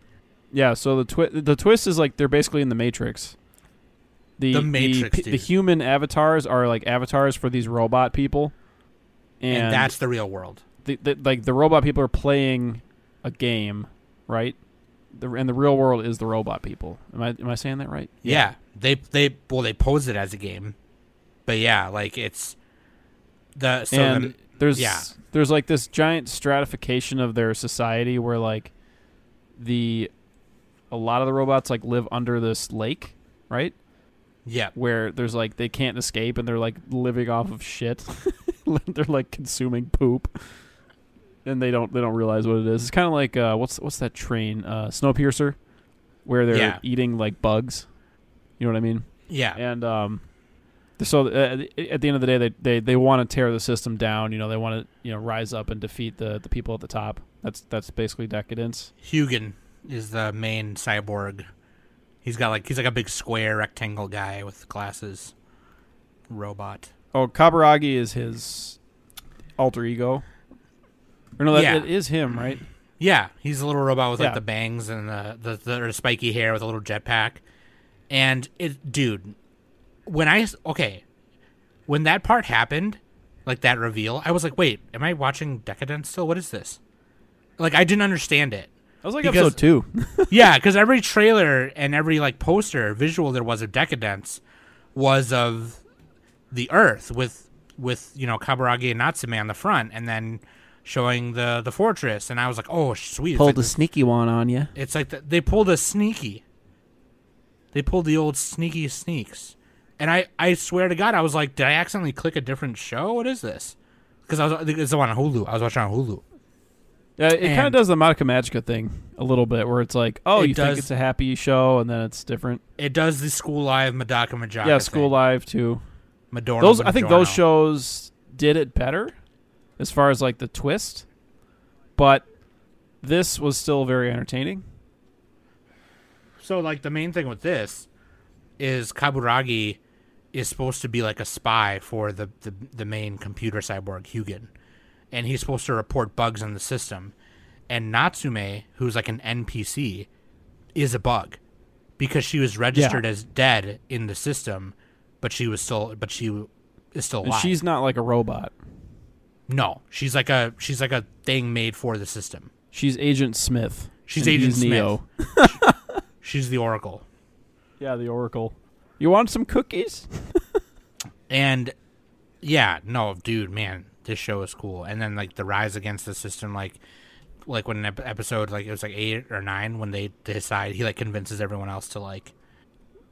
D: Yeah, so the twi- the twist is like they're basically in the Matrix. The
A: The Matrix,
D: the, p- the
A: dude.
D: human avatars are like avatars for these robot people. And,
A: And, that's the real world.
D: the, the, like the robot people are playing a game, right? The, and the real world is the robot people. Am I am I saying that right?
A: Yeah. They they well they pose it as a game, but yeah, like it's the so
D: and
A: the,
D: there's
A: yeah.
D: there's like this giant stratification of their society where like the a lot of the robots like live under this lake, right?
A: yeah.
D: Where there's like they can't escape and they're like living off of shit. they're like consuming poop. And they don't they don't realize what it is. It's kind of like uh, what's what's that train uh, Snowpiercer, where they're
A: Yeah.
D: eating like bugs. You know what I mean?
A: Yeah.
D: and um, th- so uh, at the end of the day, they they, they want to tear the system down. You know, they want to you know rise up and defeat the, the people at the top. That's that's basically decadence.
A: Hugin. is the main cyborg. He's got like he's like a big square rectangle guy with glasses. Robot.
D: Oh, Kaburagi is his alter ego. Or no, that
A: Yeah.
D: it is him, right?
A: Yeah, he's a little robot with
D: Yeah.
A: like the bangs and the the, the or spiky hair with a little jetpack. And it, dude, when I s- okay, when that part happened, like that reveal, I was like, wait, am I watching Decadence still? What is this? Like I didn't understand it.
D: That was like
A: Because-
D: episode two.
A: yeah, because every trailer and every like poster visual there was of Decadence was of the Earth with with you know Kaburagi and Natsume on the front, and then showing the the fortress. And I was like, oh sh- sweet, it's like, the,
D: sneaky one on you.
A: it's like the, they pulled a sneaky. They pulled the old sneaky sneaks, and I I swear to God, I was like, did I accidentally click a different show? What is this? Because I was I think it's the one on Hulu. I was watching on Hulu.
D: Yeah, it kind of
A: And-
D: does the Madoka Magica thing a little bit, where it's like, oh,
A: It
D: you think
A: does.
D: it's a happy show, and then it's different.
A: It does the School Live Madoka Majaka.
D: yeah, School Live too.
A: Live. Madorna
D: Those I think those
A: Madorno.
D: shows did it better, as far as like the twist, but this was still very entertaining.
A: So like the main thing with this is Kaburagi is supposed to be like a spy for the the, the main computer cyborg Hugin, and he's supposed to report bugs in the system. And Natsume, who's like an NPC, is a bug because she was registered as dead in the system, but she was still but she is still
D: And
A: alive.
D: she's not like a robot.
A: no, she's like a she's like a thing made for the system.
D: She's Agent Smith.
A: She's
D: and
A: Agent
D: he's Neo.
A: She's the Oracle.
D: Yeah, the Oracle. You want some cookies?
A: And yeah, no, dude, man, this show is cool. And then like the rise against the system, like like when an ep- episode like it was like eight or nine when they decide he like convinces everyone else to like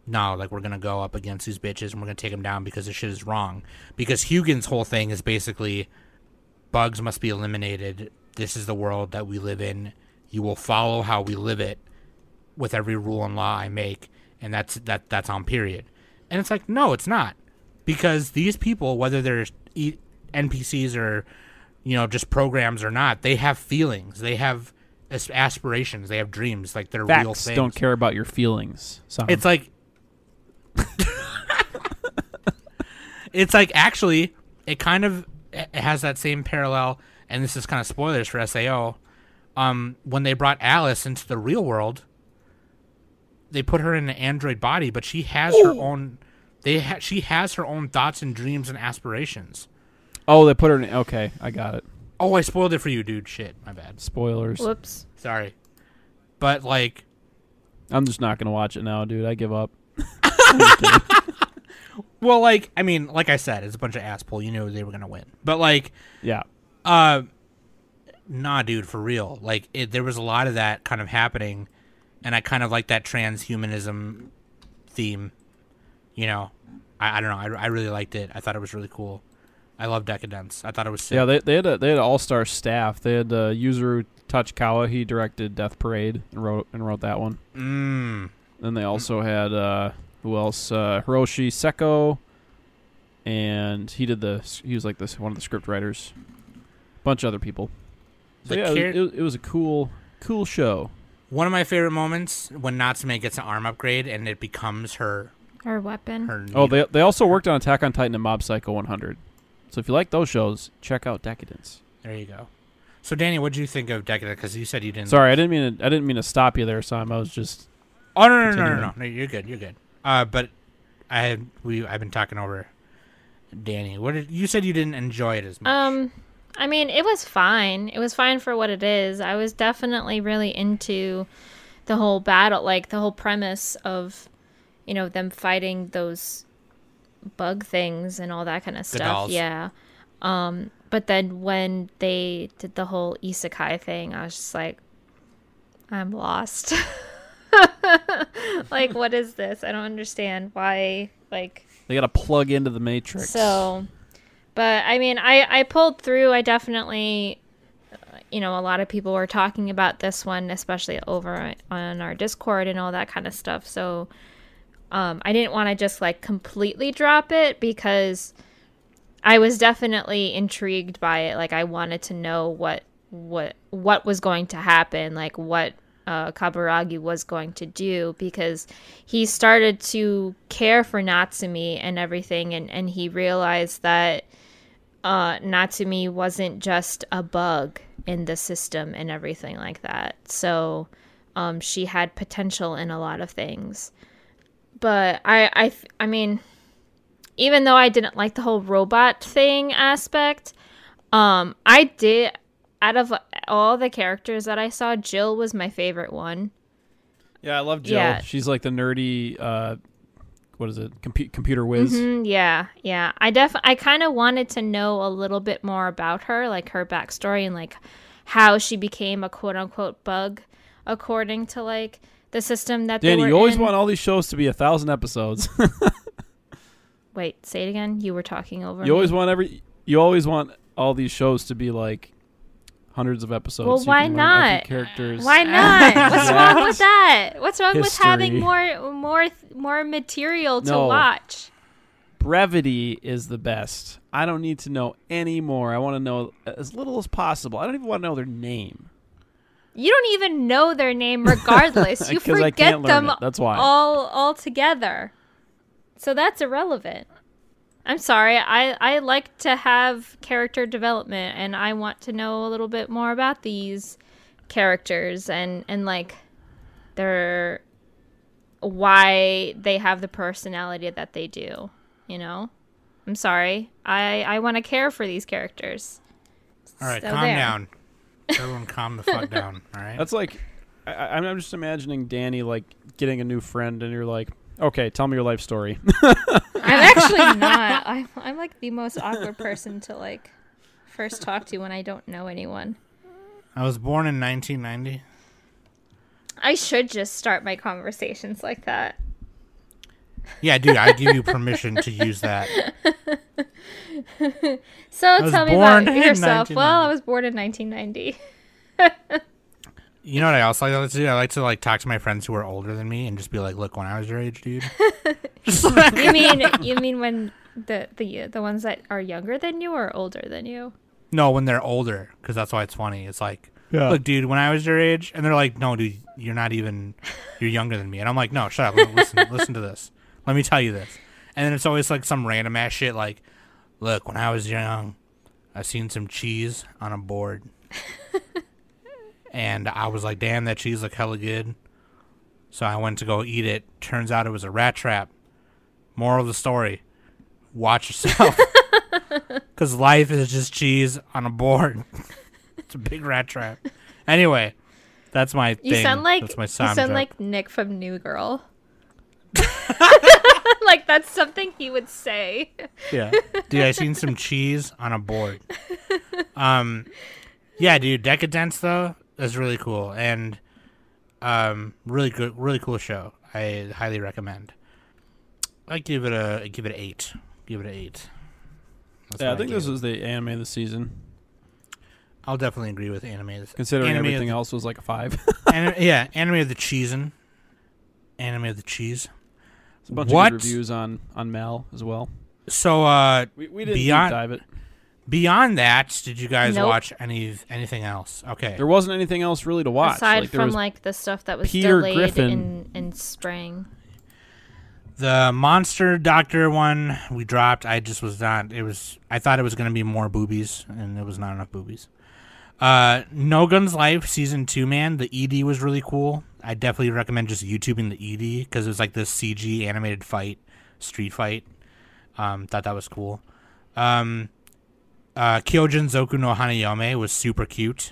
A: no like we're gonna go up against these bitches and we're gonna take them down because this shit is wrong because hugin's whole thing is basically bugs must be eliminated this is the world that we live in you will follow how we live it with every rule and law i make and that's that that's on period and it's like no it's not because these people whether they're e- npcs or you know just programs or not they have feelings they have as- aspirations they have dreams like they're real
D: Facts
A: things
D: don't care about your feelings. Simon.
A: it's like It's like actually it kind of it has that same parallel and this is kind of spoilers for SAO. Um when they brought Alice into the real world, they put her in an android body, but she has her own they ha- she has her own thoughts and dreams and aspirations.
D: oh, they put her in. Okay, I got it.
A: Oh, I spoiled it for you, dude. Shit, my bad.
D: Spoilers.
C: Whoops.
A: Sorry. But like
D: I'm just not gonna watch it now, dude. I give up.
A: well, like I mean, like I said, it's a bunch of asshole. You knew they were gonna win, but like
D: Yeah.
A: Uh, nah, dude, for real. Like, it, there was a lot of that kind of happening, and I kind of like that transhumanism theme. You know, I, I don't know. I, I really liked it. I thought it was really cool. I love Decadence. I thought it was sick.
D: Yeah, they, they had a they had an all star staff. They had uh, Yuzuru Tachikawa. He directed Death Parade and wrote and wrote that one.
A: mm,
D: Then they also had uh, who else? Uh, Hiroshi Seko, and he did the he was like this one of the script writers. Bunch of other people. So
A: The
D: yeah, it was-
A: char-
D: it, was, it was a cool cool show.
A: one of my favorite moments when Natsume gets an arm upgrade and it becomes her
C: Our weapon.
A: her.
D: Oh,
A: needle.
D: they they also worked on Attack on Titan and Mob Psycho 100. So if you like those shows, check out Decadence.
A: there you go. So, Danny, what did you think of Decadence? Because you said you didn't.
D: Sorry, I didn't mean to, I didn't mean to stop you there, Sam. I was just
A: Oh no no no, no
D: Continue
A: no
D: on.
A: no! You're good. You're good. Uh, but I had we I've been talking over Danny. What did you said you didn't enjoy it as much?
C: Um, I mean, it was fine. It was fine for what it is. I was definitely really into the whole battle, like the whole premise of, you know, them fighting those bug things and all that kind of stuff.
A: dolls.
C: Yeah. Um, but then when they did the whole isekai thing, I was just like, I'm lost. like, what is this? I don't understand why. Like,
D: they got to plug into the Matrix.
C: so, but I mean, I I pulled through. I definitely, uh, you know, a lot of people were talking about this one, especially over on our Discord and all that kind of stuff. So, um, I didn't want to just like completely drop it because I was definitely intrigued by it. Like, I wanted to know what what what was going to happen. Like, what uh, Kaburagi was going to do because he started to care for Natsumi and everything, and, and he realized that uh, Natsumi wasn't just a bug in the system and everything like that. So um, she had potential in a lot of things. But I, I, f- I mean, even though I didn't like the whole robot thing aspect, um, I did. Out of all the characters that I saw, Jill was my favorite one.
D: Yeah, I love Jill.
C: Yeah.
D: She's like the nerdy, uh, what is it? Compu- computer whiz.
C: Mhm, yeah, yeah. I def I kind of wanted to know a little bit more about her, like her backstory and like how she became a quote unquote bug, according to like the system that they
D: Danny,
C: were
D: you always
C: in.
D: want all these shows to be a thousand episodes.
C: Wait, say it again. You were talking over.
D: you
C: me.
D: always want every. You always want all these shows to be like hundreds of episodes.
C: Well,
D: so you
C: why
D: can learn every
C: not?
D: Characters.
C: Why not? What's
D: Yeah.
C: wrong with that? What's wrong with having
D: History.
C: more more more material to
D: No.
C: watch?
D: brevity is the best. I don't need to know any more. I want to know as little as possible. I don't even want to know their name.
C: You don't even know their name regardless. you
D: 'Cause I
C: forget
D: can't learn
C: them
D: it. That's why.
C: all all together. So that's irrelevant. I'm sorry. I I like to have character development and I want to know a little bit more about these characters and and like their why they have the personality that they do, you know? I'm sorry. I I want to care for these characters.
A: All right,
C: So
A: calm
C: there.
A: down. Everyone, calm the fuck down. All right.
D: That's like, I, I- I'm just imagining Danny like getting a new friend, and you're like, okay, tell me your life story.
C: I'm actually not. I'm, I'm like the most awkward person to like first talk to when I don't know anyone.
A: I was born in 1990.
C: I should just start my conversations like that.
A: Yeah, dude, I give you permission to use that.
C: So
A: was
C: tell me
A: born
C: about
A: in
C: yourself. Well, I
A: 1990.
C: was born in 1990.
A: You know what I also like to do? I like to like talk to my friends who are older than me and just be like, "Look, when I was your age, dude." Just like-
C: You mean you mean when the the the ones that are younger than you or older than you?
A: no, when they're older, because that's why it's funny. It's like,
E: Yeah.
A: "Look, dude, when I was your age," and they're like, "No, dude, you're not even. You're younger than me." And I'm like, "No, shut up. L- Listen, listen to this. Let me tell you this." And then it's always like some random ass shit. Like, "Look, when I was young, I seen some cheese on a board, and I was like, damn, that cheese looked hella good.'" So I went to go eat it. Turns out it was a rat trap. Moral of the story watch yourself. Because life is just cheese on a board. it's a big rat trap. Anyway, that's my
C: You
A: thing.
C: sound like
A: that's my
C: you
A: sound
C: sound
A: joke.
C: like Nick from New Girl. like that's something he would say.
D: yeah.
A: dude, I seen some cheese on a board. Um, yeah, dude, Decadence though is really cool and um, really good, really cool show. I highly recommend. I give it a I give it an eight. Give it an eight. That's
D: Yeah,
A: what
D: I think
A: give
D: this
A: it.
D: was the anime of the season.
A: I'll definitely agree with anime. this-
D: Considering
A: anime of
D: everything
A: the-
D: else was like a five.
A: Anim- yeah, anime of the cheesin. Anime of the cheese.
D: It's a bunch
A: What?
D: of good reviews on on Mal as well.
A: So uh
D: We, we didn't
A: Beyond-
D: deep dive it.
A: beyond that, did you guys
C: Nope.
A: watch any anything else? Okay.
D: There wasn't anything else really to watch.
C: Aside
D: like, there
C: from
D: was,
C: like the stuff that was
D: Peter
C: delayed
D: Griffin.
C: in in spring.
A: The monster doctor one we dropped. I just was not it was I thought it was gonna be more boobies and it was not enough boobies. Uh No Guns Life season two man, the ED was really cool. I definitely recommend just YouTubing the ED because it was like this CG animated fight, street fight. Um, thought that was cool. Um, uh, Kyojin Zoku no Hanayome was super cute.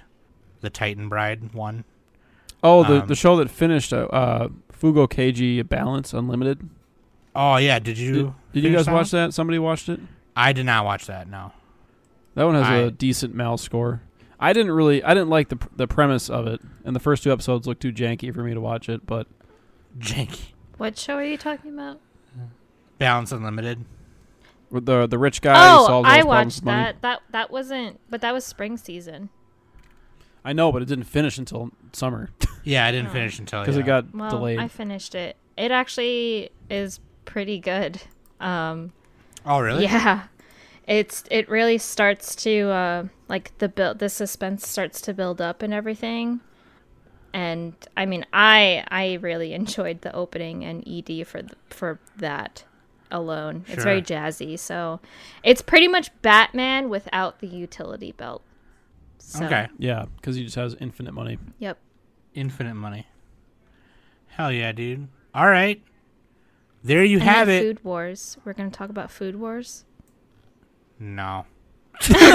A: The Titan Bride one.
D: oh, the,
A: um,
D: the show that finished uh, uh, Fugo KG Balance Unlimited.
A: Oh yeah, did
D: Did,
A: you?
D: did you
A: finish
D: guys
A: that
D: watch
A: one?
D: that? Somebody watched it.
A: I did not watch that. No.
D: That one has a
A: I-
D: decent Mal score. I didn't really, I didn't like the pr- the premise of it, and the first two episodes looked too janky for me to watch it. But
A: Janky.
C: What show are you talking about?
A: Balance Unlimited.
D: with the the rich guy who
C: oh,
D: solves all
C: I
D: his problems
C: watched
D: with money.
C: that. That that wasn't, but that was spring season.
D: I know, but it didn't finish until summer
A: Yeah, I didn't
C: Oh.
A: finish until
D: because
A: yeah.
D: it got
C: Well,
D: delayed.
C: I finished it. It actually is pretty good. Um,
A: Oh really?
C: yeah, it's it really starts to uh, like the build the suspense starts to build up and everything. and I mean, I I really enjoyed the opening and ED for th- for that alone. It's very jazzy, so it's pretty much Batman without the utility belt. So,
A: Okay.
D: Yeah, because he just has infinite money.
C: Yep.
A: Infinite money. Hell yeah, dude. All right. There you
C: And then
A: have it.
C: Food wars. We're gonna talk about food wars.
A: No.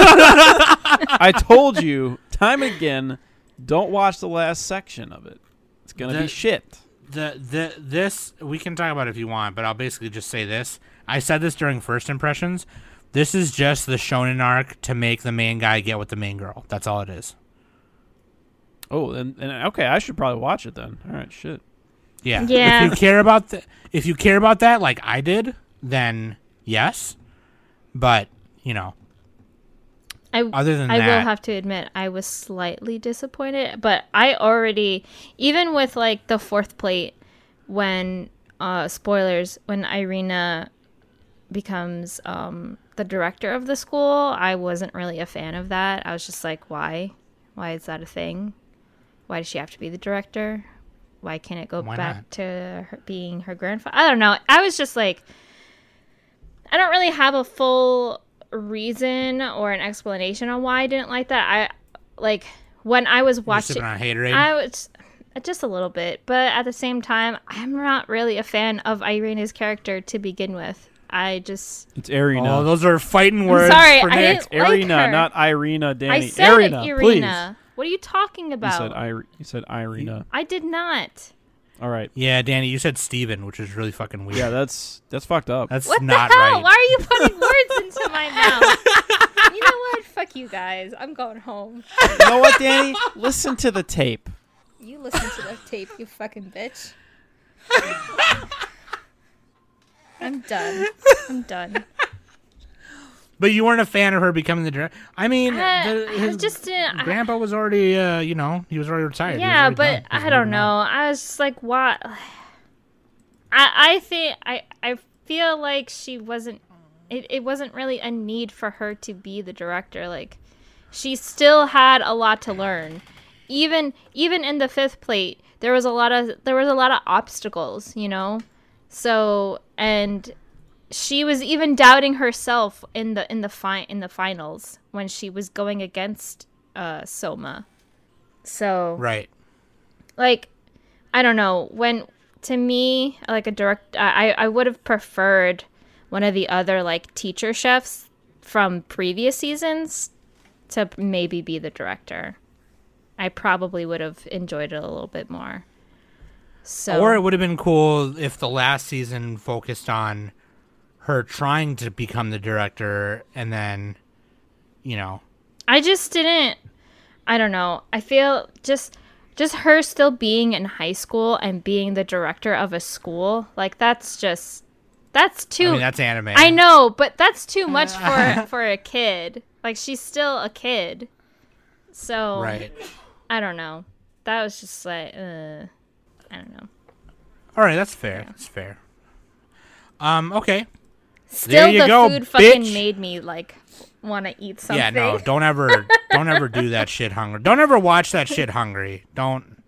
D: I told you time and again, don't watch the last section of it. It's gonna be
A: That-
D: shit.
A: The the this we can talk about it if you want, but I'll basically just say this. I said this during first impressions. This is just the shonen arc to make the main guy get with the main girl. That's all it is.
D: Oh, and, and okay, I should probably watch it then. All right, shit.
A: Yeah.
C: Yeah.
A: If you care about th- if you care about that like I did, then yes. But, you know,
C: I
A: other than
C: I
A: that,
C: will have to admit I was slightly disappointed, but I already even with like the fourth plate when uh spoilers when Irina becomes um the director of the school, I wasn't really a fan of that. I was just like, why? Why is that a thing? Why does she have to be the director? Why can't it go
A: Why
C: back
A: not?
C: to her being her grandfather? I don't know. I was just like I don't really have a full reason or an explanation on why I didn't like that. I like when I was
A: you're
C: watching
A: sipping on Haterade.
C: I was uh, just a little bit, but at the same time, I'm not really a fan of Irina's character to begin with. I just
D: It's Arena.
A: oh, those are fighting words.
C: sorry,
A: for
C: I
A: Nick.
C: didn't- like
D: Arena,
C: her.
D: not Irina. Danny.
C: I said
D: Arena,
C: Irina. What are you talking
D: please. You said
C: about? I...
D: Irina. You said Irina.
C: did not.
D: All right.
A: Yeah, Danny, you said Steven, which is really fucking weird.
D: Yeah, that's that's fucked up.
A: That's
C: What
A: not
C: the hell?
A: right.
C: Why are you putting words into my mouth? you know what? Fuck you guys. I'm going home.
D: you know what, Danny? Listen to the tape.
C: You listen to the tape, you fucking bitch. I'm done. I'm done.
A: But you weren't a fan of her becoming the director. I mean,
C: I,
A: the-
C: Uh, I
A: his
C: just didn't. I-
A: grandpa was already, uh, you know, he was already retired. He was
C: yeah,
A: already
C: but
A: done. He was
C: I don't
A: moving on.
C: know. I was just like, why? I I think I I feel like she wasn't. It, it wasn't really a need for her to be the director. Like, she still had a lot to learn. Even even in the fifth plate, there was a lot of there was a lot of obstacles. You know, so and she was even doubting herself in the in the fi- in the finals when she was going against uh, Soma. So
A: Right.
C: like i don't know when to me like a direct i i would have preferred one of the other like teacher chefs from previous seasons to maybe be the director i probably would have enjoyed it a little bit more so
A: Or it would have been cool if the last season focused on her trying to become the director and then, you know,
C: I just didn't I don't know. I feel just just her still being in high school and being the director of a school, like that's just that's too
A: I mean, that's anime.
C: I know, but that's too much for for a kid. Like she's still a kid. So
A: Right.
C: I don't know. That was just like uh I don't know.
A: All right, that's fair. That's fair. Um, okay.
C: Still
A: you
C: the
A: go,
C: food fucking
A: bitch.
C: made me like want to eat something.
A: Yeah, no, don't ever don't ever do that shit hungry. Don't ever watch that shit hungry. Don't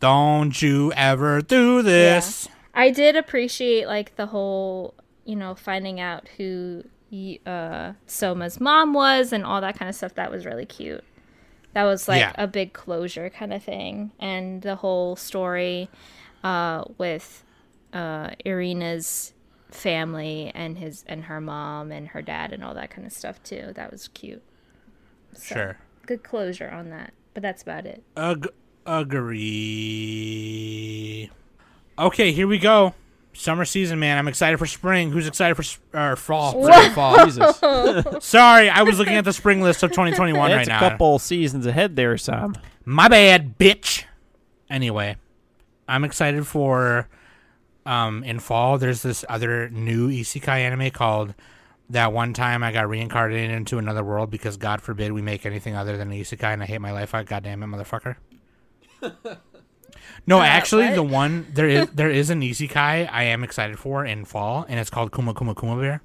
A: don't you ever do this.
C: I did appreciate like the whole, you know, finding out who y- uh, Soma's mom was and all that kind of stuff. That was really cute. That was like
A: Yeah.
C: a big closure kind of thing, and the whole story uh, with uh, Irina's family and his and her mom and her dad and all that kind of stuff too. That was cute. So,
A: Sure.
C: Good closure on that, but that's about it.
A: Ag- agree. Okay, here we go. Summer season, man. I'm excited for spring. Who's excited for sp- or fall? Sorry, fall.
D: Jesus.
A: Sorry, I was looking at the spring list of 2021 right
D: That's
A: now.
D: a couple seasons ahead there, Sam.
A: My bad, bitch. Anyway, I'm excited for um in fall there's this other new isekai anime called that one time I got reincarnated into another world because God forbid we make anything other than an isekai and I hate my life out. God damn it, motherfucker. No, actually, the one there is there is an isekai I am excited for in fall, and it's called Kuma Kuma Kuma Bear,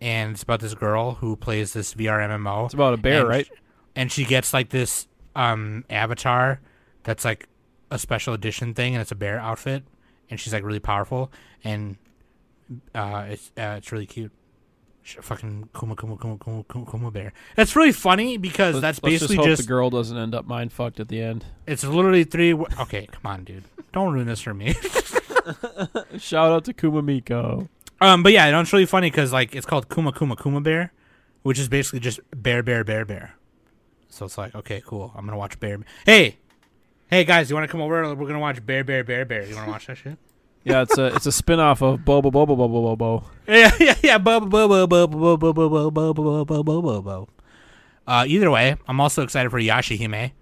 A: and it's about this girl who plays this VR MMO.
D: It's about a bear,
A: And-
D: right?
A: And she gets like this um avatar that's like a special edition thing, and it's a bear outfit, and she's like really powerful, and uh, it's uh, it's really cute. Sh- Fucking Kuma Kuma Kuma Kuma Kuma Kuma bear. That's really funny because that's
D: let's
A: basically
D: just hope
A: just
D: the girl doesn't end up mind fucked at the end.
A: it's literally three. wo- Okay, come on, dude, don't ruin this for me.
D: Shout out to Kumamiko.
A: Um, but yeah, no, it's really funny because like it's called Kuma Kuma Kuma Bear, which is basically just bear bear bear bear. So it's like okay, cool. I'm gonna watch bear. Hey, hey guys, you want to come over? We're gonna watch bear bear bear bear. You want to watch that shit?
D: Yeah, it's a it's a spin off of Bobo Bobo Bobo Bobo.
A: Yeah, yeah, yeah. Bo bo bo bo bo bo bo bo bo bo bo bo bo bo bo. Uh, either way, I'm also excited for Yashihime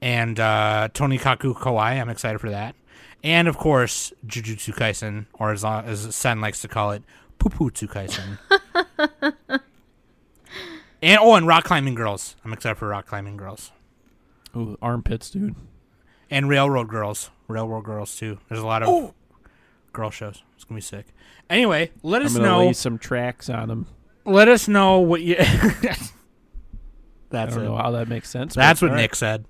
A: and uh, Tony Kaku Kawai. I'm excited for that, and of course Jujutsu Kaisen, or as, as Sen likes to call it, Puputsu Kaisen. and oh, and Rock Climbing Girls. I'm excited for Rock Climbing Girls
D: Ooh, armpits, dude.
A: and Railroad Girls. Railroad Girls too. There's a lot of girl shows. It's gonna be sick. Anyway, let
D: I'm
A: us
D: gonna
A: know.
D: lay some tracks on them.
A: let us know what you. That's
D: I don't
A: it.
D: know how that makes sense. but
A: That's what
D: all right.
A: Nick said.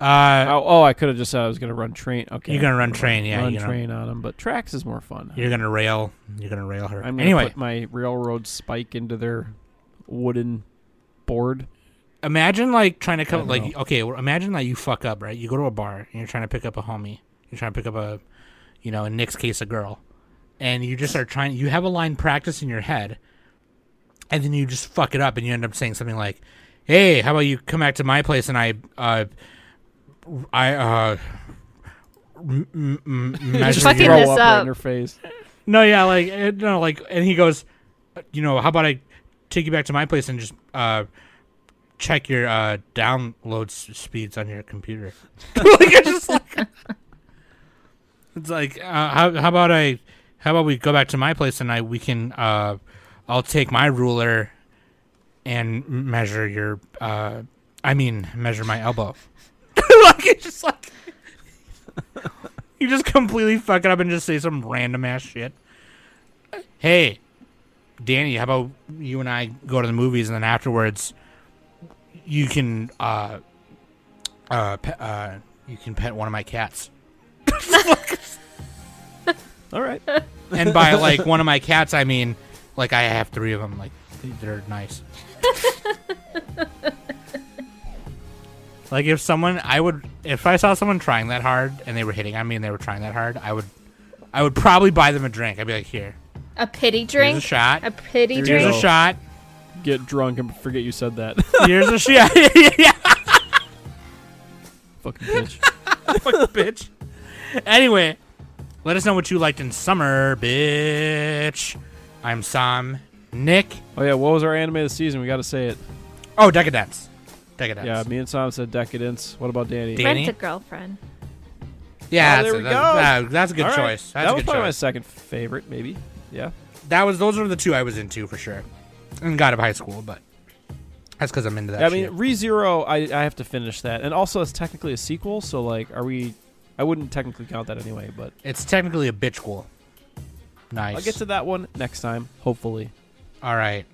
A: Uh,
D: Oh, oh, I could have just said I was gonna run train. Okay,
A: You're gonna run train, yeah,
D: run
A: you know.
D: train on them. But tracks is more fun.
A: you're gonna rail. You're gonna rail her.
D: I'm gonna
A: Anyway,
D: put my railroad spike into their wooden board.
A: imagine like trying to
D: I
A: come
D: don't
A: like
D: know.
A: okay. Well, imagine that you fuck up, right? You go to a bar and you're trying to pick up a homie. You're trying to pick up a, you know, in Nick's case, a girl, and you just are trying. You have a line practice in your head, and then you just fuck it up, and you end up saying something like, "Hey, how about you come back to my place and I, uh, I, uh." M- m- m- measure
C: fucking
A: your-
D: Throw
C: this
D: up, right
C: up.
D: in her face.
A: No, yeah, like eh, no, like, and he goes, uh, you know, how about I take you back to my place and just uh, check your uh, download s- speeds on your computer? like, it's just like, it's like, uh, how how about I, how about we go back to my place and I we can, uh, I'll take my ruler and m- measure your, uh, I mean, measure my elbow. like it's just like. You just completely fuck it up and just say some random ass shit. Hey, Danny, how about you and I go to the movies and then afterwards you can uh uh, pe- uh you can pet one of my cats.
D: All right.
A: And by like one of my cats, I mean like I have three of them. Like they're nice. like if someone, I would, if I saw someone trying that hard and they were hitting on me and they were trying that hard, I would, I would probably buy them a drink. I'd be like, here,
C: A pity
A: here's a
C: drink.
A: shot,
C: A pity
D: Here's
A: here's
C: drink.
A: a shot,
D: Get drunk and forget you said that.
A: here's a shot. yeah, yeah,
D: Fucking bitch.
A: fucking bitch. Anyway, let us know what you liked in summer, bitch. I'm Sam, Nick.
D: Oh yeah, what was our anime of the season? We got to say it.
A: Oh, Decadence. Decadence.
D: Yeah, me and Sam said Decadence. What about Danny?
A: Dan-
C: Rent
A: Danny?
C: a girlfriend.
A: Yeah, that's,
D: Oh, there
A: a,
D: we
A: that's, uh, that's a good
D: All right.
A: choice. That's
D: that
A: a
D: was
A: good
D: probably my
A: choice.
D: second favorite, maybe. Yeah.
A: That was those are the two I was into for sure, and got of high school, but that's because I'm into that.
D: I mean,
A: shit.
D: ReZero, I, I have to finish that. And also, it's technically a sequel, so, like, are we. I wouldn't technically count that anyway, but
A: it's technically a bitch school. Nice.
D: I'll get to that one next time, hopefully.
A: All right.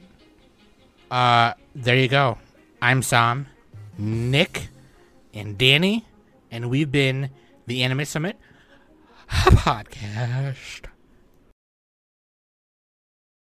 A: Uh, there you go. I'm Sam, Nick, and Danny, and we've been the Anime Summit podcast.